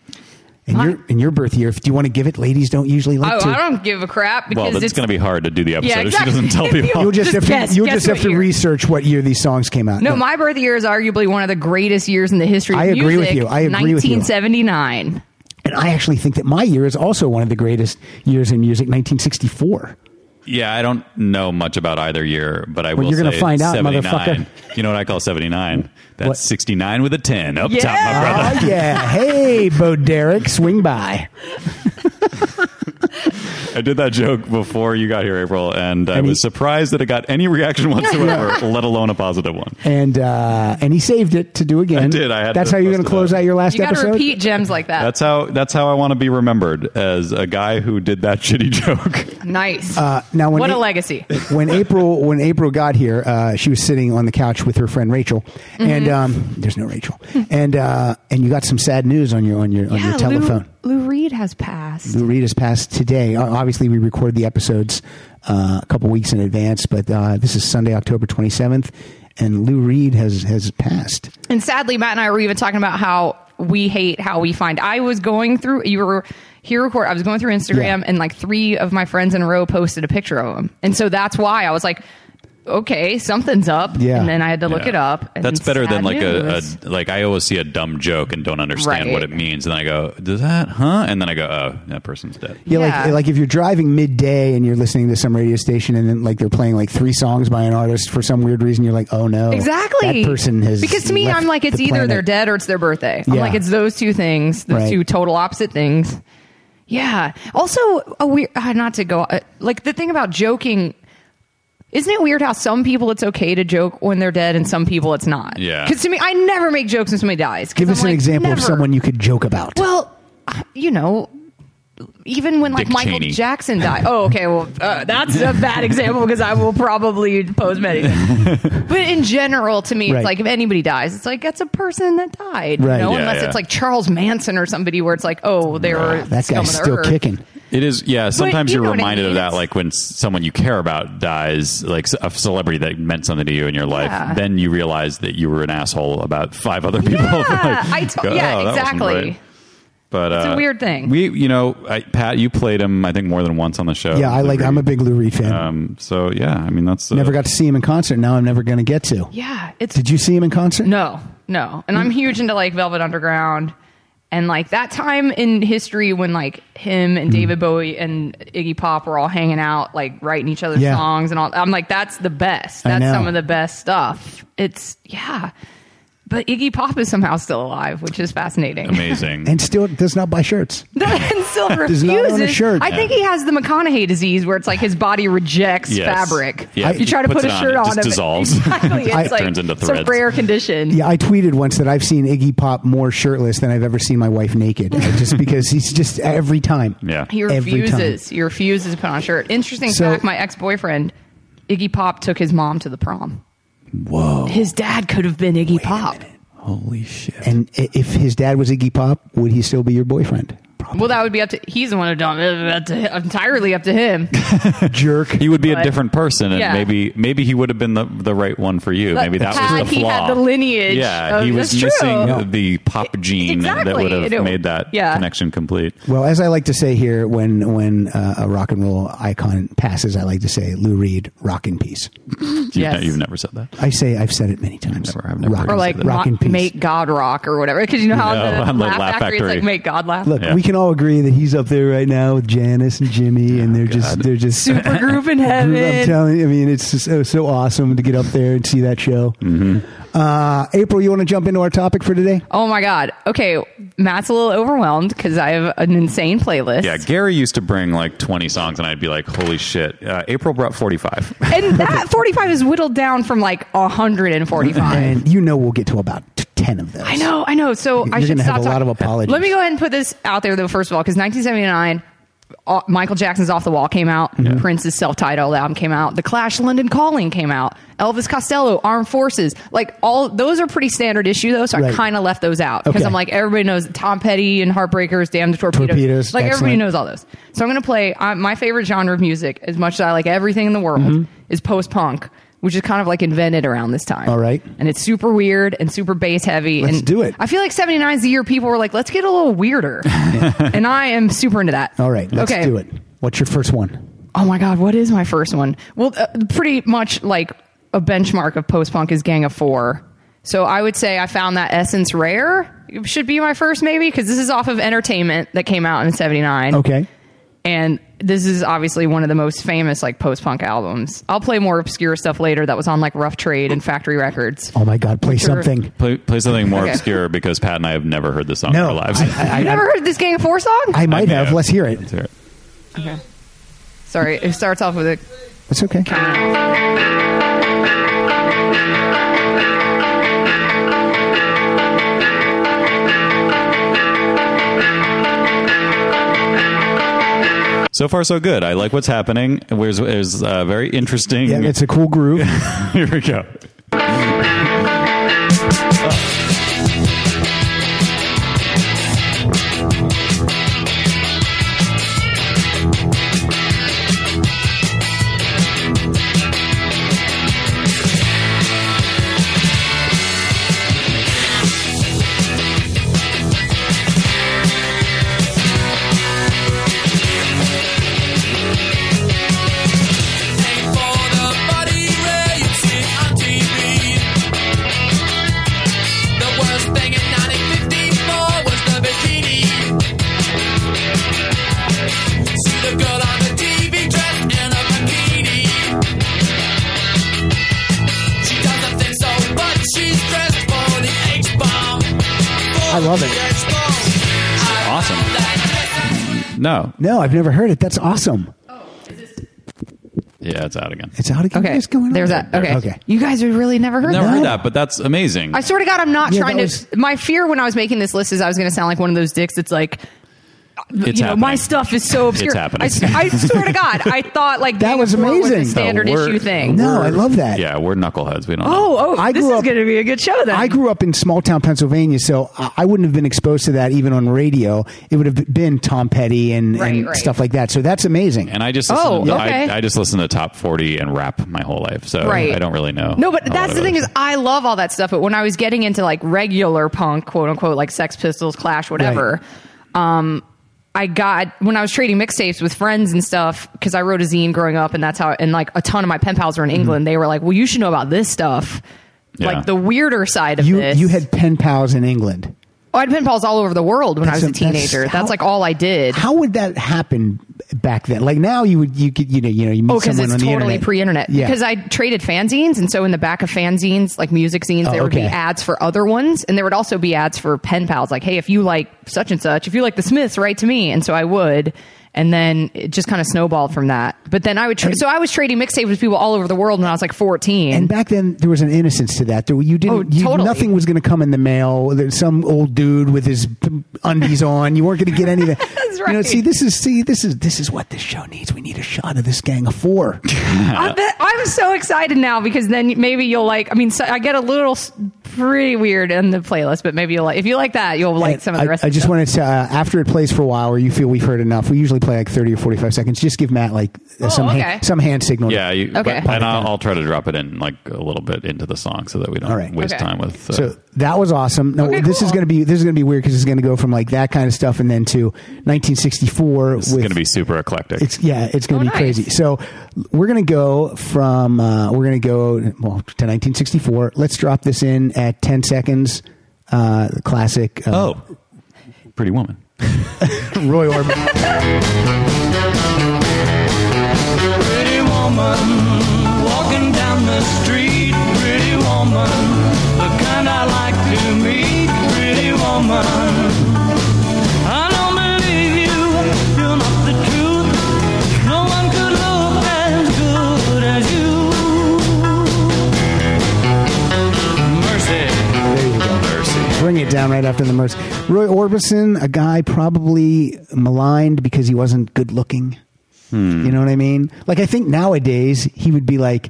[SPEAKER 2] And
[SPEAKER 4] My-
[SPEAKER 2] your and your birth year, if do you want to give it, ladies don't usually like
[SPEAKER 4] oh,
[SPEAKER 2] to.
[SPEAKER 4] I don't give a crap because
[SPEAKER 3] Well, that's
[SPEAKER 4] it's
[SPEAKER 3] going to be hard to do the episode
[SPEAKER 4] Yeah,
[SPEAKER 3] if she
[SPEAKER 4] exactly.
[SPEAKER 3] doesn't tell
[SPEAKER 4] If you-
[SPEAKER 3] people. [LAUGHS]
[SPEAKER 4] [LAUGHS]
[SPEAKER 2] You'll just,
[SPEAKER 4] Just
[SPEAKER 2] have to
[SPEAKER 4] guess.
[SPEAKER 2] you'll
[SPEAKER 4] Guess
[SPEAKER 2] just have
[SPEAKER 4] what
[SPEAKER 2] to
[SPEAKER 4] year.
[SPEAKER 2] research what year these songs came out.
[SPEAKER 4] No, my birth year is arguably one of the greatest years in the history of
[SPEAKER 2] I agree with
[SPEAKER 4] music,
[SPEAKER 2] you. I agree with you.
[SPEAKER 4] 1979.
[SPEAKER 2] and I actually think that my year is also one of the greatest years in music, 1964.
[SPEAKER 3] yeah, I don't know much about either year, but I will
[SPEAKER 2] you're gonna
[SPEAKER 3] say
[SPEAKER 2] find out,
[SPEAKER 3] 79.
[SPEAKER 2] motherfucker.
[SPEAKER 3] You know what I call 79? That's
[SPEAKER 2] What?
[SPEAKER 3] 69 with a 10 up
[SPEAKER 4] Yeah!
[SPEAKER 3] top, my brother. [LAUGHS]
[SPEAKER 2] Oh yeah, hey Bo Derek, swing by.
[SPEAKER 3] I did that joke before you got here, April, and I
[SPEAKER 2] And he-
[SPEAKER 3] was surprised that it got any reaction whatsoever,
[SPEAKER 2] [LAUGHS]
[SPEAKER 3] let alone a positive one.
[SPEAKER 2] And uh, and he saved it to do again.
[SPEAKER 3] I did. I had
[SPEAKER 2] That's
[SPEAKER 3] to
[SPEAKER 2] how you're going to
[SPEAKER 3] post it
[SPEAKER 2] close
[SPEAKER 3] out.
[SPEAKER 2] out your last
[SPEAKER 4] You got to
[SPEAKER 2] episode.
[SPEAKER 4] repeat gems like that.
[SPEAKER 3] That's how that's how I want to be remembered as a guy who did that [LAUGHS] shitty joke.
[SPEAKER 4] nice.
[SPEAKER 2] Uh, now, when
[SPEAKER 4] what
[SPEAKER 2] it- [LAUGHS]
[SPEAKER 4] a legacy.
[SPEAKER 2] when April when April got here, uh, she was sitting on the couch with her friend Rachel, and
[SPEAKER 4] Mm-hmm.
[SPEAKER 2] um, there's no Rachel, and uh, and you got some sad news on your on your on your telephone.
[SPEAKER 4] Lou, Lou Reed has passed.
[SPEAKER 2] Lou Reed has passed today. Uh, Obviously, we record the episodes uh, a couple weeks in advance, but uh, this is Sunday, October 27th, and Lou Reed has has passed.
[SPEAKER 4] And sadly, Matt and I were even talking about how we hate how we find. I was going through, you were here record, I was going through Instagram
[SPEAKER 2] Yeah.
[SPEAKER 4] and like three of my friends in a row posted a picture of him. And so that's why I was like, okay, something's up.
[SPEAKER 2] Yeah.
[SPEAKER 4] And then I had to look
[SPEAKER 3] Yeah.
[SPEAKER 4] it up. And
[SPEAKER 3] That's better than
[SPEAKER 4] sad
[SPEAKER 3] like a,
[SPEAKER 4] news.
[SPEAKER 3] a like I always see a dumb joke and don't understand
[SPEAKER 4] Right.
[SPEAKER 3] what it means, and then I go, "Does that? Huh?" And then I go, "Oh, that person's dead."
[SPEAKER 2] Yeah, like
[SPEAKER 4] Yeah.
[SPEAKER 2] like if you're driving midday and you're listening to some radio station, and then like they're playing like three songs by an artist for some weird reason, you're like, oh no,
[SPEAKER 4] Exactly.
[SPEAKER 2] that person has
[SPEAKER 4] Because to me,
[SPEAKER 2] left
[SPEAKER 4] I'm like, it's
[SPEAKER 2] the
[SPEAKER 4] either they're
[SPEAKER 2] planet.
[SPEAKER 4] dead or it's their birthday. I'm
[SPEAKER 2] Yeah.
[SPEAKER 4] like, it's those two things, those
[SPEAKER 2] Right.
[SPEAKER 4] two total opposite things. Yeah. Also, a weird, uh, not to go, uh, like the thing about joking, isn't it weird how some people it's okay to joke when they're dead and some people it's not?
[SPEAKER 3] Yeah.
[SPEAKER 4] Because to me, I never make jokes when somebody dies. 'cause
[SPEAKER 2] Give
[SPEAKER 4] I'm
[SPEAKER 2] us an
[SPEAKER 4] like,
[SPEAKER 2] example of
[SPEAKER 4] never.
[SPEAKER 2] someone you could joke about.
[SPEAKER 4] Well, uh, you know, even when like
[SPEAKER 3] Dick
[SPEAKER 4] Michael
[SPEAKER 3] Cheney.
[SPEAKER 4] Jackson died. Oh, okay. Well, uh, that's a bad example because I will probably
[SPEAKER 3] [LAUGHS]
[SPEAKER 4] pose many. but in general, to me,
[SPEAKER 2] Right.
[SPEAKER 4] it's like if anybody dies, it's like that's a person that died.
[SPEAKER 2] Right.
[SPEAKER 4] You know,
[SPEAKER 2] Yeah,
[SPEAKER 4] unless
[SPEAKER 3] yeah.
[SPEAKER 4] it's like Charles Manson or somebody where it's like, oh, they were
[SPEAKER 2] that
[SPEAKER 4] scum
[SPEAKER 2] guy's
[SPEAKER 4] of the
[SPEAKER 2] still
[SPEAKER 4] earth.
[SPEAKER 2] kicking.
[SPEAKER 3] It is, yeah. Sometimes
[SPEAKER 4] you
[SPEAKER 3] you
[SPEAKER 4] know
[SPEAKER 3] are
[SPEAKER 4] what I
[SPEAKER 3] reminded
[SPEAKER 4] mean,
[SPEAKER 3] of that,
[SPEAKER 4] it's-
[SPEAKER 3] like when s- someone you care about dies, like s- a celebrity that meant something to you in your life.
[SPEAKER 4] Yeah.
[SPEAKER 3] Then you realize that you were an asshole about five other people. [LAUGHS]
[SPEAKER 4] Yeah,
[SPEAKER 3] Like,
[SPEAKER 4] I to-
[SPEAKER 3] go,
[SPEAKER 4] yeah,
[SPEAKER 3] "Oh, that wasn't
[SPEAKER 4] exactly.
[SPEAKER 3] great." But
[SPEAKER 4] It's a
[SPEAKER 3] uh,
[SPEAKER 4] weird thing.
[SPEAKER 3] We, you know, I, Pat, you played him, I think, more than once on the show.
[SPEAKER 2] yeah, I
[SPEAKER 3] Oh, Lou
[SPEAKER 2] like. I'm a
[SPEAKER 3] Reed.
[SPEAKER 2] big Lou Reed fan.
[SPEAKER 3] Um, so yeah, I mean, that's uh,
[SPEAKER 2] never got to see him in concert. Now I'm never going to get to.
[SPEAKER 4] Yeah, it's
[SPEAKER 2] Did you see him in concert?
[SPEAKER 4] No, no. And I'm huge into like Velvet Underground and like that time in history when like him and
[SPEAKER 2] Mm-hmm.
[SPEAKER 4] David Bowie and Iggy Pop were all hanging out, like writing each other's
[SPEAKER 2] Yeah.
[SPEAKER 4] songs and all. I'm like, that's the best.
[SPEAKER 2] I
[SPEAKER 4] That's
[SPEAKER 2] know.
[SPEAKER 4] some of the best stuff. It's, yeah. But Iggy Pop is somehow still alive, which is fascinating. [LAUGHS]
[SPEAKER 3] amazing.
[SPEAKER 2] And still does not buy shirts.
[SPEAKER 4] and still
[SPEAKER 2] [LAUGHS] Does
[SPEAKER 4] refuses.
[SPEAKER 2] not own a shirt.
[SPEAKER 4] I think he has the McConaughey disease, where it's like his body rejects
[SPEAKER 3] Yes.
[SPEAKER 4] fabric.
[SPEAKER 3] Yeah,
[SPEAKER 4] if you try to
[SPEAKER 3] puts
[SPEAKER 4] put a
[SPEAKER 3] it on,
[SPEAKER 4] shirt
[SPEAKER 3] it
[SPEAKER 4] on,
[SPEAKER 3] just
[SPEAKER 4] if
[SPEAKER 3] dissolves.
[SPEAKER 4] [LAUGHS] Exactly, it's
[SPEAKER 3] I-
[SPEAKER 4] like
[SPEAKER 3] Turns into
[SPEAKER 4] it's a
[SPEAKER 3] threads.
[SPEAKER 4] rare condition.
[SPEAKER 2] Yeah, I tweeted once that I've seen Iggy Pop more shirtless than I've ever seen my wife naked, uh,
[SPEAKER 3] [LAUGHS]
[SPEAKER 2] just because he's just every time.
[SPEAKER 3] yeah,
[SPEAKER 4] He
[SPEAKER 2] Every
[SPEAKER 4] refuses. He refuses to put on a shirt. Interesting
[SPEAKER 2] So-
[SPEAKER 4] fact: my ex-boyfriend, Iggy Pop, took his mom to the prom. Whoa! His dad could have been Iggy Pop.
[SPEAKER 3] holy shit.
[SPEAKER 2] And i- if his dad was Iggy Pop, would he still be your boyfriend?
[SPEAKER 4] Well, that would be up to. He's the one who done it. Up to- entirely up
[SPEAKER 3] [LAUGHS]
[SPEAKER 4] to him.
[SPEAKER 2] Jerk.
[SPEAKER 3] He would be a
[SPEAKER 4] But-
[SPEAKER 3] different person, and
[SPEAKER 4] Yeah.
[SPEAKER 3] maybe maybe he would have been the, the right one for you.
[SPEAKER 4] But
[SPEAKER 3] maybe that
[SPEAKER 4] had
[SPEAKER 3] was the
[SPEAKER 4] he
[SPEAKER 3] flaw.
[SPEAKER 4] had the lineage
[SPEAKER 3] Yeah,
[SPEAKER 4] of-
[SPEAKER 3] he was
[SPEAKER 4] that's
[SPEAKER 3] missing
[SPEAKER 4] true. E-,
[SPEAKER 2] Yeah.
[SPEAKER 3] the pop gene
[SPEAKER 4] Exactly.
[SPEAKER 3] that would have
[SPEAKER 4] You know,
[SPEAKER 3] made that
[SPEAKER 4] yeah.
[SPEAKER 3] connection
[SPEAKER 4] [LAUGHS]
[SPEAKER 3] complete.
[SPEAKER 2] Well, as I like to say here, when when uh, a rock and roll icon passes, I like to say Lou Reed, rock in peace.
[SPEAKER 3] You've,
[SPEAKER 4] Yes.
[SPEAKER 3] ne- you've never said that.
[SPEAKER 2] I say I've said it many times.
[SPEAKER 3] never- I've never
[SPEAKER 2] Rock-
[SPEAKER 3] heard
[SPEAKER 4] Or like
[SPEAKER 3] Rock
[SPEAKER 4] rock
[SPEAKER 2] in peace.
[SPEAKER 4] make God rock or whatever. Because
[SPEAKER 3] [LAUGHS]
[SPEAKER 4] you know how
[SPEAKER 3] No,
[SPEAKER 4] the
[SPEAKER 3] on the
[SPEAKER 4] Laugh
[SPEAKER 3] Laugh
[SPEAKER 4] Factory, it's
[SPEAKER 3] Factory.
[SPEAKER 4] like make God laugh.
[SPEAKER 2] Look,
[SPEAKER 3] Yeah.
[SPEAKER 2] we can all agree that he's up there right now with Janice and Jimmy, and they're just
[SPEAKER 3] Oh, God.
[SPEAKER 2] they're just
[SPEAKER 3] [LAUGHS]
[SPEAKER 4] [LAUGHS] Super groove in
[SPEAKER 2] I'm
[SPEAKER 4] heaven.
[SPEAKER 2] telling you, I mean, it's just so, so awesome to get up there and see that show.
[SPEAKER 3] Mm-hmm.
[SPEAKER 2] Uh, April, you want to jump into our topic for today?
[SPEAKER 4] oh my God. Okay, Matt's a little overwhelmed because I have an insane playlist.
[SPEAKER 3] Yeah, Gary used to bring like 20 songs, and I'd be like, holy shit. Uh, April brought 45.
[SPEAKER 4] and that 45 is whittled down from like 145.
[SPEAKER 2] And you know we'll get to about t- 10 of those.
[SPEAKER 4] I know, I know. So I
[SPEAKER 2] You're
[SPEAKER 4] should
[SPEAKER 2] gonna
[SPEAKER 4] stop
[SPEAKER 2] have a lot
[SPEAKER 4] talking.
[SPEAKER 2] of apologies.
[SPEAKER 4] Let me go ahead and put this out there, though. First of all, because 1979, uh, Michael Jackson's "Off the Wall" came out. Prince's self-titled album came out. The Clash, "London Calling" came out. Elvis Costello, "Armed Forces." Like all those are pretty standard issue, though. So
[SPEAKER 2] Right.
[SPEAKER 4] I kind of left those out because
[SPEAKER 2] Okay.
[SPEAKER 4] I'm like everybody knows Tom Petty and Heartbreakers, Damn the Torpedoes.
[SPEAKER 2] Torpedoes,
[SPEAKER 4] like everybody
[SPEAKER 2] excellent.
[SPEAKER 4] knows all those. So I'm going to play uh, my favorite genre of music, as much as I like everything in the world,
[SPEAKER 2] Mm-hmm.
[SPEAKER 4] is post-punk. Which is kind of like invented around this time.
[SPEAKER 2] All right.
[SPEAKER 4] And it's super weird and super bass heavy.
[SPEAKER 2] Let's
[SPEAKER 4] and
[SPEAKER 2] do it.
[SPEAKER 4] I feel like 79 is the year people were like, let's get a
[SPEAKER 2] [LAUGHS]
[SPEAKER 4] little weirder. and I am super into that.
[SPEAKER 2] All right, let's
[SPEAKER 4] okay.
[SPEAKER 2] do it. What's your first one?
[SPEAKER 4] Oh my God, what is my first one? Well, uh, pretty much like a benchmark of post punk is Gang of Four. So I would say I found that Essence Rare should be my first, maybe, because this is off of Entertainment that came out in 79.
[SPEAKER 2] Okay.
[SPEAKER 4] And this is obviously one of the most famous like post punk albums. I'll play more obscure stuff later that was on like Rough Trade and Factory Records.
[SPEAKER 2] Oh my God, play
[SPEAKER 4] Sure.
[SPEAKER 2] something.
[SPEAKER 3] [LAUGHS] Play, play something more
[SPEAKER 4] Okay.
[SPEAKER 3] obscure because Pat and I have never heard this song in
[SPEAKER 2] No,
[SPEAKER 3] our lives.
[SPEAKER 2] I, I,
[SPEAKER 4] You
[SPEAKER 2] I,
[SPEAKER 4] never heard this Gang of Four song?
[SPEAKER 2] I might
[SPEAKER 3] [LAUGHS] I
[SPEAKER 2] have.
[SPEAKER 3] have.
[SPEAKER 2] Let's hear it.
[SPEAKER 3] Let's hear it.
[SPEAKER 4] Okay. Sorry, it starts off with a.
[SPEAKER 2] That's okay.
[SPEAKER 3] So far, so good. I like what's happening. There's, there's uh, very interesting.
[SPEAKER 2] Yeah, it's a cool groove.
[SPEAKER 3] [LAUGHS] Here we go.
[SPEAKER 5] For the body where you see on TV, the worst thing in 1954 was the bikini. See the girl on the TV dressed in a bikini. She doesn't think so, but she's dressed for the H bomb.
[SPEAKER 2] I love it.
[SPEAKER 3] Awesome. No.
[SPEAKER 2] No, I've never heard it. That's awesome.
[SPEAKER 3] Yeah, it's out again.
[SPEAKER 2] It's out again.
[SPEAKER 4] Okay,
[SPEAKER 2] What is going on?
[SPEAKER 4] there's that. Okay.
[SPEAKER 2] Okay.
[SPEAKER 4] you guys have really never heard
[SPEAKER 3] Never
[SPEAKER 4] that.
[SPEAKER 3] heard that, but that's amazing.
[SPEAKER 4] I swear to God, I'm not
[SPEAKER 2] Yeah,
[SPEAKER 4] trying
[SPEAKER 2] that
[SPEAKER 4] to.
[SPEAKER 2] was-
[SPEAKER 4] My fear when I was making this list is I was going to sound like one of those dicks that's like,
[SPEAKER 3] It's
[SPEAKER 4] you know, my
[SPEAKER 3] happening.
[SPEAKER 4] stuff is so obscure.
[SPEAKER 3] It's happening.
[SPEAKER 4] I, I swear to God, I thought like
[SPEAKER 2] That
[SPEAKER 4] Gang
[SPEAKER 2] was
[SPEAKER 4] of Four
[SPEAKER 2] amazing.
[SPEAKER 4] a standard
[SPEAKER 3] No, we're-
[SPEAKER 4] issue thing.
[SPEAKER 2] No, I love that.
[SPEAKER 3] Yeah, we're knuckleheads. We don't. know.
[SPEAKER 4] Oh, oh,
[SPEAKER 2] I
[SPEAKER 4] this
[SPEAKER 2] grew
[SPEAKER 4] is
[SPEAKER 2] up-
[SPEAKER 4] going to be a good show then.
[SPEAKER 2] I grew up in small town Pennsylvania, so I I wouldn't have been exposed to that even on radio. It would have been Tom Petty and, and
[SPEAKER 4] Right, right.
[SPEAKER 2] stuff like that. So that's amazing.
[SPEAKER 3] And I just listen
[SPEAKER 4] Oh,
[SPEAKER 3] to,
[SPEAKER 4] okay.
[SPEAKER 3] I, I just listen to top forty and rap my whole life, so
[SPEAKER 4] Right.
[SPEAKER 3] I don't really know.
[SPEAKER 4] No, but
[SPEAKER 3] a lot
[SPEAKER 4] that's the
[SPEAKER 3] of
[SPEAKER 4] thing
[SPEAKER 3] it.
[SPEAKER 4] is, I love all that stuff. But when I was getting into like regular punk, quote unquote, like Sex Pistols, Clash, whatever, um, I got when I was trading mixtapes with friends and stuff because I wrote a zine growing up, and that's how. And like a ton of my pen pals
[SPEAKER 2] Mm-hmm.
[SPEAKER 4] were in England. They were like, "Well, you should know about this stuff."
[SPEAKER 3] Yeah.
[SPEAKER 4] Like the weirder side of
[SPEAKER 2] you
[SPEAKER 4] this.
[SPEAKER 2] you had pen pals in England.
[SPEAKER 4] oh, I had pen pals all over the world when I was
[SPEAKER 2] That's a-
[SPEAKER 4] a
[SPEAKER 2] that's
[SPEAKER 4] teenager. That's,
[SPEAKER 2] how-
[SPEAKER 4] like all I did.
[SPEAKER 2] How would that happen back then? Like now, you would you could you know you know you meet
[SPEAKER 4] Oh, because
[SPEAKER 2] someone
[SPEAKER 4] it's
[SPEAKER 2] on the
[SPEAKER 4] totally
[SPEAKER 2] internet.
[SPEAKER 4] pre-internet.
[SPEAKER 2] Yeah.
[SPEAKER 4] Because I traded fanzines, and so in the back of fanzines, like music zines,
[SPEAKER 2] Oh,
[SPEAKER 4] there would be
[SPEAKER 2] okay.
[SPEAKER 4] ads for other ones, and there would also be ads for pen pals. Like, hey, if you like such and such, if you like the Smiths, write to me. And so I would, and then it just kind of snowballed from that. But then I would, tra- so I was trading mixtapes with people all over the world when I was like fourteen.
[SPEAKER 2] And back then, there was an innocence to that. There, you didn't.
[SPEAKER 4] Oh,
[SPEAKER 2] you,
[SPEAKER 4] totally.
[SPEAKER 2] Nothing was going to come in the mail. There's some old dude with his p- undies on. You weren't going to get
[SPEAKER 4] [LAUGHS]
[SPEAKER 2] anything. That's You know,
[SPEAKER 4] right.
[SPEAKER 2] see, this is see, this is this is what this show needs. We need a shot of this gang of
[SPEAKER 4] [LAUGHS]
[SPEAKER 2] four.
[SPEAKER 4] I bet- I'm so excited now because then maybe you'll like. I mean, so I get a little s- pretty weird in the playlist, but maybe you'll like. If you like that, you'll like
[SPEAKER 2] And
[SPEAKER 4] some of the
[SPEAKER 2] I-
[SPEAKER 4] rest.
[SPEAKER 2] I,
[SPEAKER 4] of the
[SPEAKER 2] just
[SPEAKER 4] stuff.
[SPEAKER 2] wanted to, uh, after it plays for a while, or you feel we've heard enough, we usually play like thirty or forty-five seconds. Just give Matt like uh,
[SPEAKER 4] Oh,
[SPEAKER 2] some
[SPEAKER 4] okay.
[SPEAKER 2] hand, some hand signal.
[SPEAKER 3] Yeah, you,
[SPEAKER 4] Okay.
[SPEAKER 3] but, and I'll, I'll try to drop it in like a little bit into the song so that we don't
[SPEAKER 2] All right.
[SPEAKER 3] waste
[SPEAKER 4] Okay.
[SPEAKER 3] time with. Uh,
[SPEAKER 2] So that was awesome. No,
[SPEAKER 4] Okay,
[SPEAKER 2] this is
[SPEAKER 4] cool.
[SPEAKER 2] going to be this is going to be weird because it's going to go from like that kind of stuff and then to 1964
[SPEAKER 3] it's
[SPEAKER 2] with
[SPEAKER 3] going to be super eclectic.
[SPEAKER 2] It's yeah, it's going
[SPEAKER 4] Oh,
[SPEAKER 2] to be
[SPEAKER 4] nice.
[SPEAKER 2] crazy. So we're going to go from uh, we're going to go well to 1964. Let's drop this in at 10 seconds. Uh, the classic. Uh,
[SPEAKER 3] oh, Pretty Woman.
[SPEAKER 2] Roy Orbison.
[SPEAKER 6] Pretty woman, walking down the street. Pretty woman, the kind I like to meet. Pretty woman, I don't believe you. You're not the truth. No one could look as good as you. Mercy.
[SPEAKER 2] Bring it down right after the mercy. Roy Orbison, a guy probably maligned because he wasn't good looking.
[SPEAKER 3] Hmm.
[SPEAKER 2] You know what I mean? Like I think nowadays he would be like,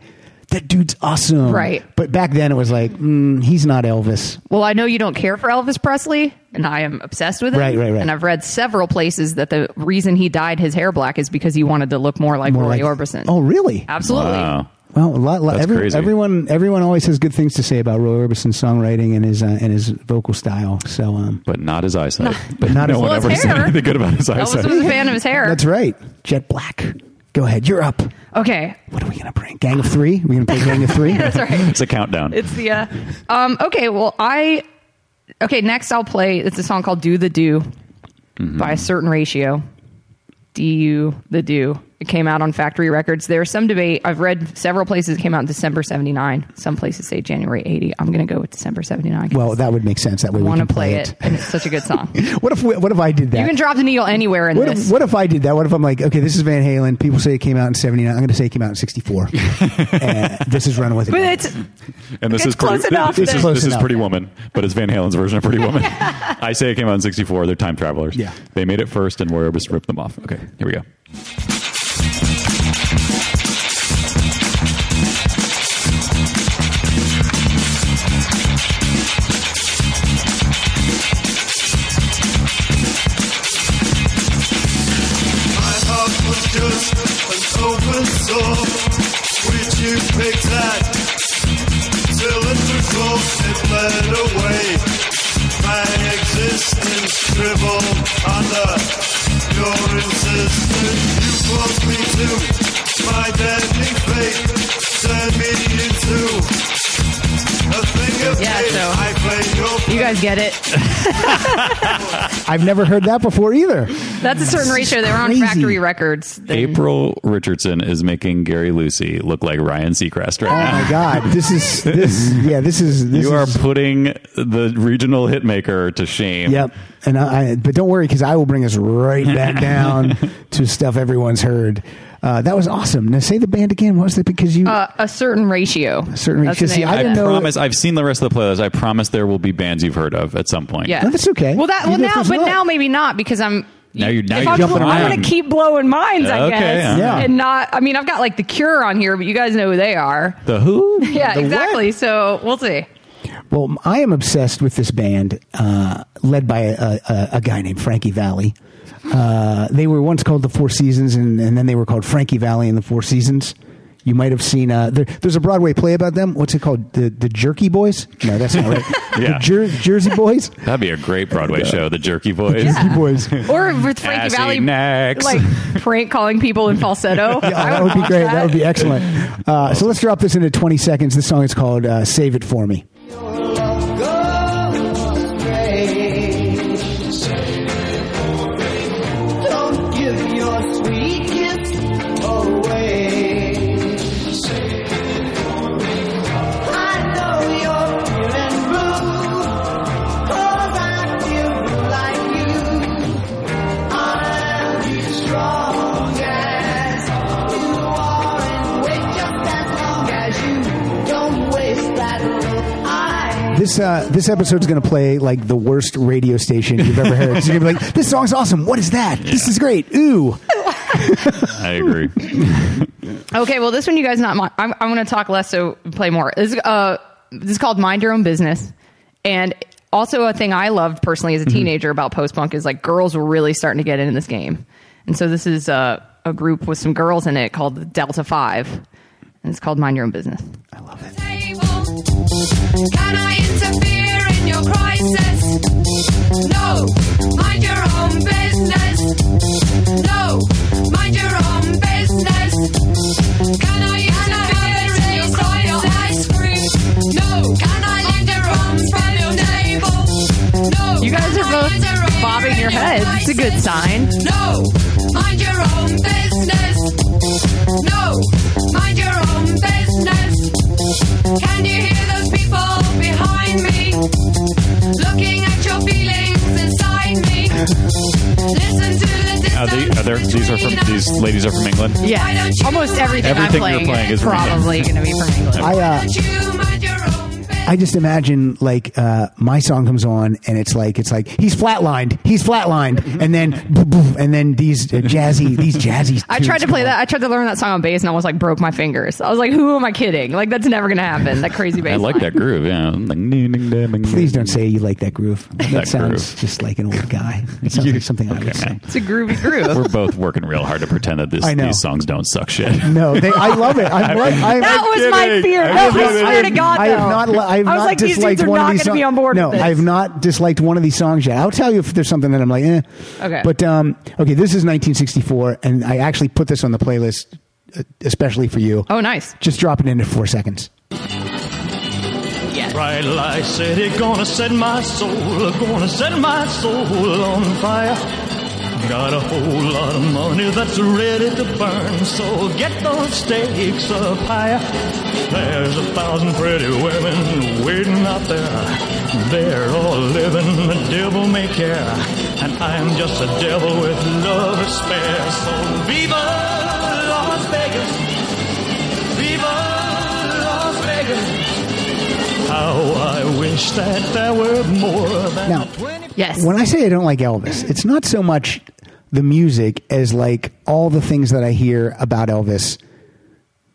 [SPEAKER 2] "That dude's awesome,"
[SPEAKER 4] Right.
[SPEAKER 2] But back then it was like, mm, "He's not Elvis."
[SPEAKER 4] Well, I know you don't care for Elvis Presley, and I am obsessed with it.
[SPEAKER 2] Right, right, right.
[SPEAKER 4] And I've read several places that the reason he dyed his hair black is because he wanted to look more like
[SPEAKER 2] More
[SPEAKER 4] Roy
[SPEAKER 2] like-
[SPEAKER 4] Orbison.
[SPEAKER 2] Oh, really?
[SPEAKER 4] absolutely.
[SPEAKER 3] Wow.
[SPEAKER 2] Well, a lot, lot-
[SPEAKER 3] That's
[SPEAKER 2] every-
[SPEAKER 3] crazy.
[SPEAKER 2] everyone everyone always has good things to say about Roy Orbison's songwriting and his uh, and his vocal style. So um,
[SPEAKER 3] But not his eyesight. But
[SPEAKER 2] not
[SPEAKER 3] no
[SPEAKER 2] his-
[SPEAKER 3] one
[SPEAKER 2] Well,
[SPEAKER 4] his
[SPEAKER 3] ever said
[SPEAKER 4] hair.
[SPEAKER 3] anything good about his
[SPEAKER 4] Elvis
[SPEAKER 3] eyesight.
[SPEAKER 4] was a fan of his hair.
[SPEAKER 2] that's right, Jet Black. Go ahead, you're up.
[SPEAKER 4] Okay,
[SPEAKER 2] What are we gonna bring? Gang of three? We're gonna play Gang of
[SPEAKER 4] [LAUGHS]
[SPEAKER 2] three.
[SPEAKER 4] that's right.
[SPEAKER 3] It's a countdown.
[SPEAKER 4] It's the uh, um. Okay, well, I okay. Next, I'll play. It's a song called "Do the Do" by a certain ratio. DU the Do. It came out on Factory Records. There's some debate. I've read several places it came out in December 79. Some places say January 80. I'm going to go with December 79. 'cause
[SPEAKER 2] Well, that would make sense. That way
[SPEAKER 4] I
[SPEAKER 2] we
[SPEAKER 4] want to
[SPEAKER 2] can
[SPEAKER 4] play it. and it's such a
[SPEAKER 2] [LAUGHS]
[SPEAKER 4] good song. you
[SPEAKER 2] What if what if I did that?
[SPEAKER 4] can drop the needle anywhere in
[SPEAKER 2] what
[SPEAKER 4] this.
[SPEAKER 2] if, what if I did that? What if I'm like, okay, this is Van Halen. People say it came out in '79. I'm going to say it came out in '64.
[SPEAKER 4] [LAUGHS]
[SPEAKER 2] and this is Run with It.
[SPEAKER 4] but it's
[SPEAKER 3] and this
[SPEAKER 4] it's
[SPEAKER 3] is pretty,
[SPEAKER 4] close enough
[SPEAKER 3] This,
[SPEAKER 4] then.
[SPEAKER 3] is,
[SPEAKER 2] Close
[SPEAKER 3] this is
[SPEAKER 2] enough.
[SPEAKER 3] Pretty Woman, but it's Van Halen's version of Pretty
[SPEAKER 4] [LAUGHS]
[SPEAKER 3] Woman. I say it came out in '64. They're time travelers.
[SPEAKER 2] Yeah.
[SPEAKER 3] They made it first, and Roy Orbison ripped them off. Okay, here we go.
[SPEAKER 7] My heart was just an open sore, which you picked at till it took hold, it bled away. My existence shriveled under your insistence. You forced me to my deadly fate, turned me into a thing of
[SPEAKER 4] Yeah,
[SPEAKER 7] hate.
[SPEAKER 4] so-
[SPEAKER 7] I play your
[SPEAKER 4] you guys get it.
[SPEAKER 2] I've never heard that before
[SPEAKER 4] [LAUGHS]
[SPEAKER 2] either.
[SPEAKER 4] That's a certain ratio. They were on
[SPEAKER 2] crazy.
[SPEAKER 4] Factory Records. Then-
[SPEAKER 3] April Richardson is making Gary Lucy look like Ryan Seacrest right
[SPEAKER 2] Oh
[SPEAKER 3] now.
[SPEAKER 2] my God, this is this. Yeah, this is this
[SPEAKER 3] [LAUGHS] You are
[SPEAKER 2] is-
[SPEAKER 3] putting the regional hitmaker to shame.
[SPEAKER 2] Yep. And I, I but don't worry because I will bring us right back
[SPEAKER 4] [LAUGHS]
[SPEAKER 2] down to stuff everyone's heard. Uh, that was awesome. Now say the band again. What was it? Because you
[SPEAKER 4] Uh, a certain ratio.
[SPEAKER 2] Certain
[SPEAKER 4] That's the
[SPEAKER 2] ratio. See,
[SPEAKER 4] name
[SPEAKER 2] I
[SPEAKER 4] of
[SPEAKER 2] didn't
[SPEAKER 4] it.
[SPEAKER 2] know-
[SPEAKER 3] Promise. I've seen the rest of the playlist. I promise there will be bands you've heard of at some point.
[SPEAKER 4] Yeah,
[SPEAKER 2] No, that's okay.
[SPEAKER 4] Well, that
[SPEAKER 2] You
[SPEAKER 4] well
[SPEAKER 2] know,
[SPEAKER 4] now,
[SPEAKER 2] that's
[SPEAKER 4] but
[SPEAKER 2] not-
[SPEAKER 4] now maybe not because I'm
[SPEAKER 3] Now you're now
[SPEAKER 4] if
[SPEAKER 3] you're
[SPEAKER 4] I'm,
[SPEAKER 2] jumping
[SPEAKER 4] I'm
[SPEAKER 2] around.
[SPEAKER 4] gonna keep blowing minds, I
[SPEAKER 3] Okay,
[SPEAKER 4] guess,
[SPEAKER 2] yeah.
[SPEAKER 4] and not. I mean, I've got like the Cure on here, but you guys know who they are.
[SPEAKER 3] the who?
[SPEAKER 4] [LAUGHS] Yeah,
[SPEAKER 2] The what?
[SPEAKER 4] exactly. So we'll see.
[SPEAKER 2] Well, I am obsessed with this band, uh, led by a, a, a guy named Frankie Valley. Uh, they were once called the Four Seasons, and, and then they were called Frankie Valley and the Four Seasons. You might have seen. Uh, there, there's a Broadway play about them. What's it called? The the Jerky Boys? No, that's not [LAUGHS] right.
[SPEAKER 3] Yeah.
[SPEAKER 2] The Jer- Jersey Boys.
[SPEAKER 3] That'd be a great Broadway show, The Jerky Boys.
[SPEAKER 2] [LAUGHS] Jerky Boys. [LAUGHS]
[SPEAKER 4] Or with Frankie
[SPEAKER 3] Acid
[SPEAKER 4] Valley,
[SPEAKER 3] next.
[SPEAKER 4] like prank calling people in falsetto.
[SPEAKER 2] [LAUGHS] Oh, that would be great. That would be excellent. Uh, so let's drop this into 20 seconds. This song is called uh, "Save It For Me."
[SPEAKER 8] Don't give your sweet gifts away. I know you're feeling blue, 'cause I feel like you. I'll be strong as you are and wait just as long as you don't waste that look. I
[SPEAKER 2] This uh, this episode's going to play like the worst radio station you've ever heard. It's going to be like, "This song's awesome. What is that? This is great. Ooh."
[SPEAKER 3] I agree.
[SPEAKER 4] [LAUGHS] Okay, well, this one you guys not. mi- I'm, I'm going to talk less, so play more. This, is, uh, this is called "Mind Your Own Business," and also a thing I loved personally as a teenager about post punk is like girls were really starting to get into this game, and so this is uh, a group with some girls in it called the Delta Five, and it's called "Mind Your Own Business."
[SPEAKER 9] table. Can I interfere in your crisis? No, mind your own business. No, mind your own business. Can I interfere in your crisis? No, can I mind your own business? No,
[SPEAKER 4] You guys
[SPEAKER 9] can
[SPEAKER 4] are
[SPEAKER 9] I
[SPEAKER 4] both
[SPEAKER 9] interfere
[SPEAKER 4] bobbing
[SPEAKER 9] in
[SPEAKER 4] your heads. It's a good
[SPEAKER 9] crisis?
[SPEAKER 4] sign.
[SPEAKER 9] No, mind your own business. No, mind your own business. Can you hear those people behind me? Looking at your feelings inside me. Listen to the distance.
[SPEAKER 3] Are, they, are there, these are from
[SPEAKER 9] between
[SPEAKER 3] these
[SPEAKER 9] us.
[SPEAKER 3] ladies are from England.
[SPEAKER 9] Why
[SPEAKER 4] Yeah,
[SPEAKER 9] don't you
[SPEAKER 4] almost
[SPEAKER 9] mind-
[SPEAKER 4] everything,
[SPEAKER 3] Everything
[SPEAKER 4] I'm
[SPEAKER 3] you're
[SPEAKER 4] playing,
[SPEAKER 3] playing
[SPEAKER 4] is
[SPEAKER 3] is from
[SPEAKER 4] probably going to be from England.
[SPEAKER 2] I uh,
[SPEAKER 9] Don't you mind your own business?
[SPEAKER 2] I just imagine like uh, my song comes on and it's like it's like he's flatlined, he's flatlined, and then boom, boom, and then these uh, jazzy, these jazzy.
[SPEAKER 4] [LAUGHS] I tried
[SPEAKER 2] tunes
[SPEAKER 4] to play
[SPEAKER 2] come
[SPEAKER 4] that. I tried to learn that song on bass and almost like broke my fingers. I was like, "Who am I kidding? Like that's never going to happen." That crazy bass.
[SPEAKER 3] I like
[SPEAKER 4] line.
[SPEAKER 3] that groove. Yeah.
[SPEAKER 2] on. Please don't say you like that groove. That,
[SPEAKER 3] That
[SPEAKER 2] sounds
[SPEAKER 3] groove.
[SPEAKER 2] just like an old guy. [LAUGHS] It sounds like something I would say.
[SPEAKER 4] It's a groovy groove.
[SPEAKER 3] We're both working real hard to pretend that this,
[SPEAKER 2] I know.
[SPEAKER 3] these songs don't suck shit. [LAUGHS]
[SPEAKER 2] No, they, I love it. I'm right. [LAUGHS] I,
[SPEAKER 4] That was my
[SPEAKER 3] kidding.
[SPEAKER 4] fear.
[SPEAKER 3] I'm
[SPEAKER 4] That was
[SPEAKER 3] kidding.
[SPEAKER 4] fear to God.
[SPEAKER 2] I
[SPEAKER 4] though.
[SPEAKER 2] have not. li- I have
[SPEAKER 4] I was
[SPEAKER 2] not
[SPEAKER 4] like, these
[SPEAKER 2] disliked
[SPEAKER 4] dudes are
[SPEAKER 2] one
[SPEAKER 4] not
[SPEAKER 2] of these
[SPEAKER 4] gonna
[SPEAKER 2] songs.
[SPEAKER 4] be on board
[SPEAKER 2] No,
[SPEAKER 4] with this.
[SPEAKER 2] I have not disliked one of these songs yet. I'll tell you if there's something that I'm like, eh.
[SPEAKER 4] Okay.
[SPEAKER 2] But um, okay, this is 1964, and I actually put this on the playlist uh, especially for you.
[SPEAKER 4] Oh, nice.
[SPEAKER 2] Just drop it into four seconds.
[SPEAKER 6] Bright light said it gonna set my soul, gonna set my soul on fire. Got a whole lot of money that's ready to burn, so get those stakes up higher. There's a thousand pretty women waiting out there. They're all living the devil may care, and I'm just a devil with love to spare. So viva Las Vegas, viva Las Vegas. How I wish that there were more than
[SPEAKER 2] Now,
[SPEAKER 4] Yes.
[SPEAKER 2] when I say I don't like Elvis, it's not so much the music as like all the things that I hear about Elvis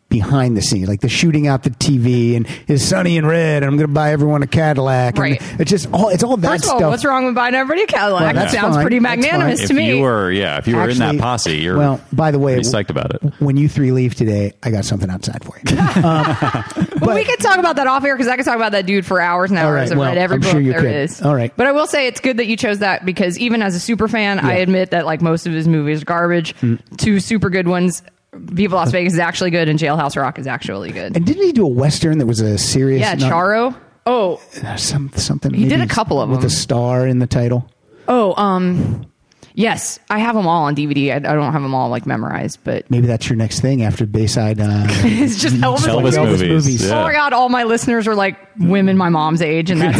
[SPEAKER 2] behind the scenes, like the shooting out the TV and his Sonny and Red, and I'm going to buy everyone a Cadillac.
[SPEAKER 4] Right.
[SPEAKER 2] And it's just all it's all that
[SPEAKER 4] First of all,
[SPEAKER 2] stuff.
[SPEAKER 4] what's wrong with buying everybody a Cadillac?
[SPEAKER 2] Well,
[SPEAKER 4] that
[SPEAKER 2] that's
[SPEAKER 4] sounds
[SPEAKER 2] fine.
[SPEAKER 4] pretty
[SPEAKER 2] That's
[SPEAKER 4] magnanimous
[SPEAKER 2] fine.
[SPEAKER 3] if
[SPEAKER 4] to me.
[SPEAKER 3] you were, yeah, if you were in
[SPEAKER 2] Actually,
[SPEAKER 3] that posse, you're
[SPEAKER 2] well. By the way,
[SPEAKER 3] pretty psyched about it.
[SPEAKER 2] When you three leave today, I got something outside for
[SPEAKER 3] [LAUGHS]
[SPEAKER 2] you. [LAUGHS]
[SPEAKER 4] well, we could talk about that off air because I could talk about that dude for hours and
[SPEAKER 2] All
[SPEAKER 4] hours.
[SPEAKER 2] right,
[SPEAKER 4] I've
[SPEAKER 2] well,
[SPEAKER 4] read every
[SPEAKER 2] I'm
[SPEAKER 4] book
[SPEAKER 2] sure you
[SPEAKER 4] there
[SPEAKER 2] could.
[SPEAKER 4] is.
[SPEAKER 2] All right.
[SPEAKER 4] But I will say it's good that you chose that because even as a super fan, I
[SPEAKER 2] Yeah. Mm.
[SPEAKER 4] admit that like most of his movies are garbage. Two super good ones. Viva Las Vegas is actually good and Jailhouse Rock is actually good.
[SPEAKER 2] and didn't he do a western that was a serious?
[SPEAKER 4] yeah,
[SPEAKER 2] no,
[SPEAKER 4] Charo. Oh,
[SPEAKER 2] Some, something.
[SPEAKER 4] He did
[SPEAKER 2] maybe
[SPEAKER 4] a couple of
[SPEAKER 2] with
[SPEAKER 4] them.
[SPEAKER 2] a star in the title.
[SPEAKER 4] oh, um, yes, I have them all on DVD. I, I don't have them all like memorized, but [LAUGHS]
[SPEAKER 2] Maybe that's your next thing after Bayside. Uh,
[SPEAKER 4] it's just Elvis.
[SPEAKER 3] Elvis,
[SPEAKER 2] Elvis
[SPEAKER 3] movies.
[SPEAKER 2] movies.
[SPEAKER 3] Yeah.
[SPEAKER 4] Oh my god, all my listeners are like women my mom's age,
[SPEAKER 2] [LAUGHS]
[SPEAKER 4] and that's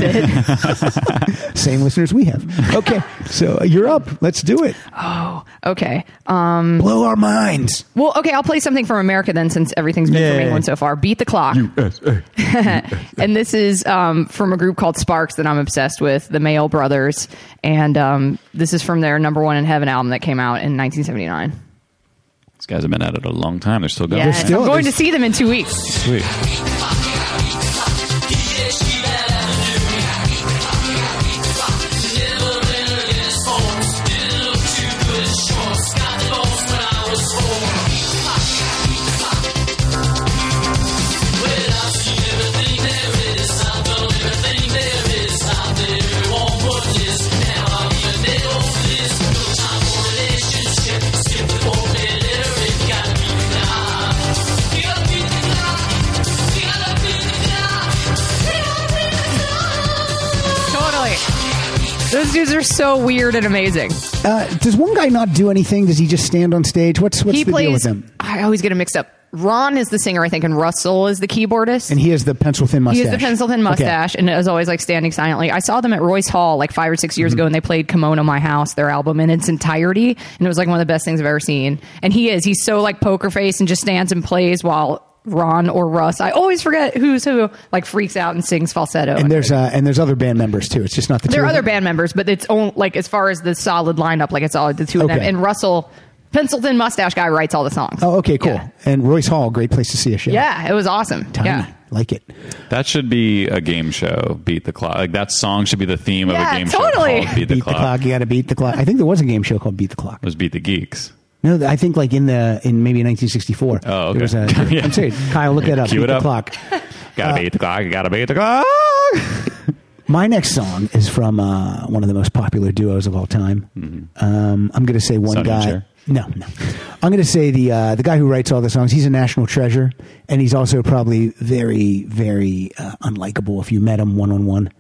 [SPEAKER 4] it.
[SPEAKER 2] same listeners we have. Okay, so uh, you're up. Let's do it.
[SPEAKER 4] okay. Um,
[SPEAKER 2] Blow our minds.
[SPEAKER 4] well, okay, I'll play something from America then, since everything's been from
[SPEAKER 2] Yeah.
[SPEAKER 4] England so far. Beat the clock. [LAUGHS] and this is um, from a group called Sparks that I'm obsessed with, the Mail Brothers, and um, This is from their number one in heaven album that came out in 1979.
[SPEAKER 3] These guys have been at it a long time. They're still going.
[SPEAKER 4] Yes.
[SPEAKER 2] still-
[SPEAKER 4] I'm going to
[SPEAKER 2] there's-
[SPEAKER 4] see them in two weeks.
[SPEAKER 3] Sweet.
[SPEAKER 4] Totally. Those dudes are so weird and amazing.
[SPEAKER 2] Uh, does one guy not do anything? Does he just stand on stage? What's what's
[SPEAKER 4] he
[SPEAKER 2] the deal with
[SPEAKER 4] plays.
[SPEAKER 2] him?
[SPEAKER 4] I always get him mixed up. Ron is the singer, I think, and Russell is the keyboardist.
[SPEAKER 2] And he has the pencil thin
[SPEAKER 4] He
[SPEAKER 2] mustache.
[SPEAKER 4] has the pencil thin mustache and is always like standing silently. I saw them at Royce Hall like five or six
[SPEAKER 2] Mm-hmm.
[SPEAKER 4] years ago, and they played "Kimono My House" their album in its entirety, and it was like one of the best things I've ever seen. And he is he's so like poker face and just stands and plays while Ron or Russ, I always forget who's who, like freaks out and sings falsetto.
[SPEAKER 2] And there's uh, and there's other band members too. It's just not the two
[SPEAKER 4] there are
[SPEAKER 2] of
[SPEAKER 4] other
[SPEAKER 2] them.
[SPEAKER 4] band members, but it's only like as far as the solid lineup, like it's all the two of them.
[SPEAKER 2] Okay.
[SPEAKER 4] And Russell, pencil thin mustache guy, writes all the songs.
[SPEAKER 2] Oh, okay, cool.
[SPEAKER 4] Yeah.
[SPEAKER 2] And Royce Hall, great place to see a show.
[SPEAKER 4] Yeah, it was awesome.
[SPEAKER 2] Tiny.
[SPEAKER 4] Yeah.
[SPEAKER 2] like it.
[SPEAKER 3] That should be a game show. Beat the clock. Like that song should be the theme of
[SPEAKER 4] Yeah,
[SPEAKER 3] a game
[SPEAKER 4] totally.
[SPEAKER 3] show. called Beat the
[SPEAKER 2] beat
[SPEAKER 3] clock.
[SPEAKER 2] the clock. You got to beat the clock. I think there was a game show called Beat the Clock.
[SPEAKER 3] It was beat the geeks.
[SPEAKER 2] No, I think like in the in maybe 1964.
[SPEAKER 3] Oh, okay.
[SPEAKER 2] There was
[SPEAKER 3] [LAUGHS]
[SPEAKER 2] a,
[SPEAKER 3] Yeah.
[SPEAKER 2] I'm serious. Kyle, look that up.
[SPEAKER 3] Cue
[SPEAKER 2] beat
[SPEAKER 3] it
[SPEAKER 2] the
[SPEAKER 3] up.
[SPEAKER 2] clock.
[SPEAKER 3] Gotta
[SPEAKER 2] Uh,
[SPEAKER 3] beat the clock. Gotta beat the clock.
[SPEAKER 2] My next song is from uh, one of the most popular duos of all time. Um, I'm going to say one
[SPEAKER 3] Sonny Mm-hmm. and
[SPEAKER 2] guy.
[SPEAKER 3] Cher?
[SPEAKER 2] No, no. I'm going to say the uh, the guy who writes all the songs. He's a national treasure, and he's also probably very, very uh, unlikable. If you met him one on one,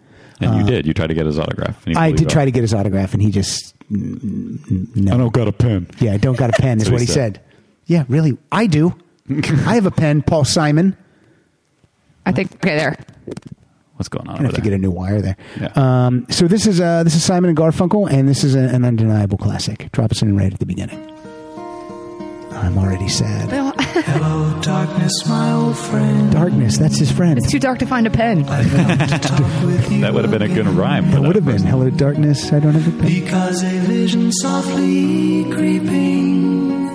[SPEAKER 3] And you did. You tried to get his autograph. and he
[SPEAKER 2] Uh, I
[SPEAKER 3] blew
[SPEAKER 2] did
[SPEAKER 3] it
[SPEAKER 2] try
[SPEAKER 3] off.
[SPEAKER 2] to get his autograph, and he just n- n- no.
[SPEAKER 3] I don't got a pen.
[SPEAKER 2] Yeah, I don't got a pen, is
[SPEAKER 3] That's
[SPEAKER 2] what
[SPEAKER 3] what
[SPEAKER 2] he
[SPEAKER 3] he said.
[SPEAKER 2] said. Yeah, really. I do. I have a pen, Paul Simon.
[SPEAKER 3] [LAUGHS]
[SPEAKER 4] I think okay there.
[SPEAKER 3] What's going on?
[SPEAKER 2] I
[SPEAKER 3] Over
[SPEAKER 2] have to
[SPEAKER 3] there?
[SPEAKER 2] get a new wire there.
[SPEAKER 3] Yeah.
[SPEAKER 2] Um, so this is uh, this is Simon and Garfunkel, and this is a, an undeniable classic. Drop us in right at the beginning. I'm already sad.
[SPEAKER 6] Hello, darkness, my old friend.
[SPEAKER 2] Darkness, that's his friend.
[SPEAKER 4] It's too dark to find a pen.
[SPEAKER 6] Talk with you
[SPEAKER 3] that would have been a good
[SPEAKER 6] again.
[SPEAKER 3] rhyme.
[SPEAKER 2] It would have been hello darkness. I don't have a pen.
[SPEAKER 6] Because a vision softly creeping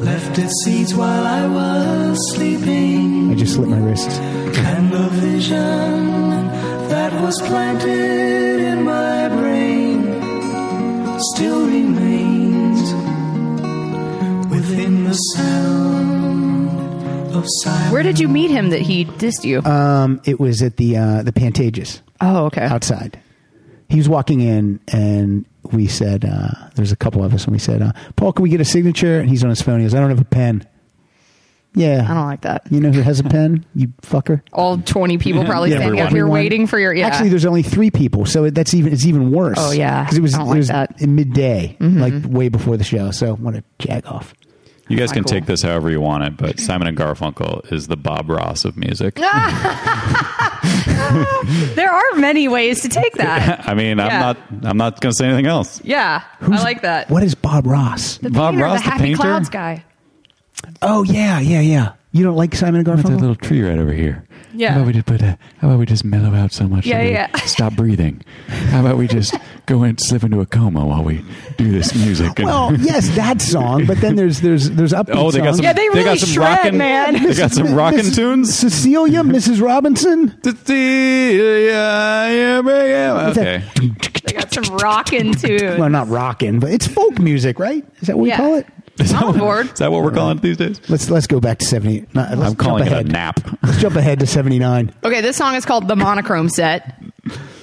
[SPEAKER 6] left its seeds while I was sleeping.
[SPEAKER 2] I just slit my wrists.
[SPEAKER 6] And the vision that was planted in my brain still remains within the sound of silence.
[SPEAKER 4] Where did you meet him that he dissed you?
[SPEAKER 2] Um, it was at the uh, the Pantages
[SPEAKER 4] oh, okay.
[SPEAKER 2] outside. He was walking in, and we said, uh, "There's a couple of us," and we said, uh, "Paul, can we get a signature?" And he's on his phone. He goes, "I don't have a pen." Yeah,
[SPEAKER 4] I don't like that.
[SPEAKER 2] You know who has a pen? You fucker.
[SPEAKER 4] All twenty people probably
[SPEAKER 3] Yeah,
[SPEAKER 4] standing up
[SPEAKER 3] everyone.
[SPEAKER 4] here
[SPEAKER 2] Everyone.
[SPEAKER 4] waiting for your. Yeah.
[SPEAKER 2] Actually, there's only three people, so it- that's even it's even worse.
[SPEAKER 4] Oh, yeah.
[SPEAKER 2] because it was
[SPEAKER 4] I don't
[SPEAKER 2] it
[SPEAKER 4] like
[SPEAKER 2] was
[SPEAKER 4] that. Mm-hmm.
[SPEAKER 2] in midday, like way before the show. So what a jag off.
[SPEAKER 3] You guys can
[SPEAKER 4] Michael.
[SPEAKER 3] take this however you want it,
[SPEAKER 4] [LAUGHS]
[SPEAKER 3] but Simon and Garfunkel is the Bob Ross of music.
[SPEAKER 4] Ah, there are many ways to take that.
[SPEAKER 3] I mean,
[SPEAKER 4] Yeah.
[SPEAKER 3] I'm not. I'm not going to say anything else.
[SPEAKER 4] Yeah, I like that.
[SPEAKER 2] What is Bob Ross?
[SPEAKER 4] The
[SPEAKER 3] Bob
[SPEAKER 4] painter,
[SPEAKER 3] Ross,
[SPEAKER 4] the
[SPEAKER 3] the
[SPEAKER 4] Happy
[SPEAKER 3] painter?
[SPEAKER 4] Clouds guy.
[SPEAKER 2] Oh yeah, yeah, yeah. You don't like Simon and
[SPEAKER 3] Look at that
[SPEAKER 2] Garfunkel?
[SPEAKER 3] little tree right over here.
[SPEAKER 4] Yeah.
[SPEAKER 3] How about we just put a, How about we just mellow out so much?
[SPEAKER 4] Yeah,
[SPEAKER 3] that we [LAUGHS]
[SPEAKER 4] yeah.
[SPEAKER 3] Stop breathing. How about we just go and slip into a coma while we do this
[SPEAKER 4] [LAUGHS]
[SPEAKER 3] music? and-
[SPEAKER 2] Well, yes, that song. But then there's there's there's upbeat
[SPEAKER 3] oh, they got
[SPEAKER 2] songs.
[SPEAKER 3] some.
[SPEAKER 4] Yeah, they really
[SPEAKER 3] got some
[SPEAKER 4] shred,
[SPEAKER 3] rockin',
[SPEAKER 4] man.
[SPEAKER 3] They got some [LAUGHS] rockin'
[SPEAKER 2] Mrs.
[SPEAKER 3] tunes.
[SPEAKER 2] Cecilia,
[SPEAKER 3] [LAUGHS]
[SPEAKER 2] Mrs. Robinson.
[SPEAKER 3] Okay.
[SPEAKER 4] They got some rockin'
[SPEAKER 2] [LAUGHS]
[SPEAKER 4] tunes.
[SPEAKER 2] Well, not rockin', but it's folk music, right? Is that what
[SPEAKER 4] Yeah.
[SPEAKER 2] we call it?
[SPEAKER 4] I'm on board.
[SPEAKER 3] Is that what we're calling it these days?
[SPEAKER 2] Let's let's go back to seventy. Not, let's
[SPEAKER 3] I'm calling
[SPEAKER 2] jump
[SPEAKER 3] it a
[SPEAKER 2] ahead.
[SPEAKER 3] nap.
[SPEAKER 2] Let's jump ahead to seventy nine.
[SPEAKER 4] Okay, this song is called The Monochrome Set.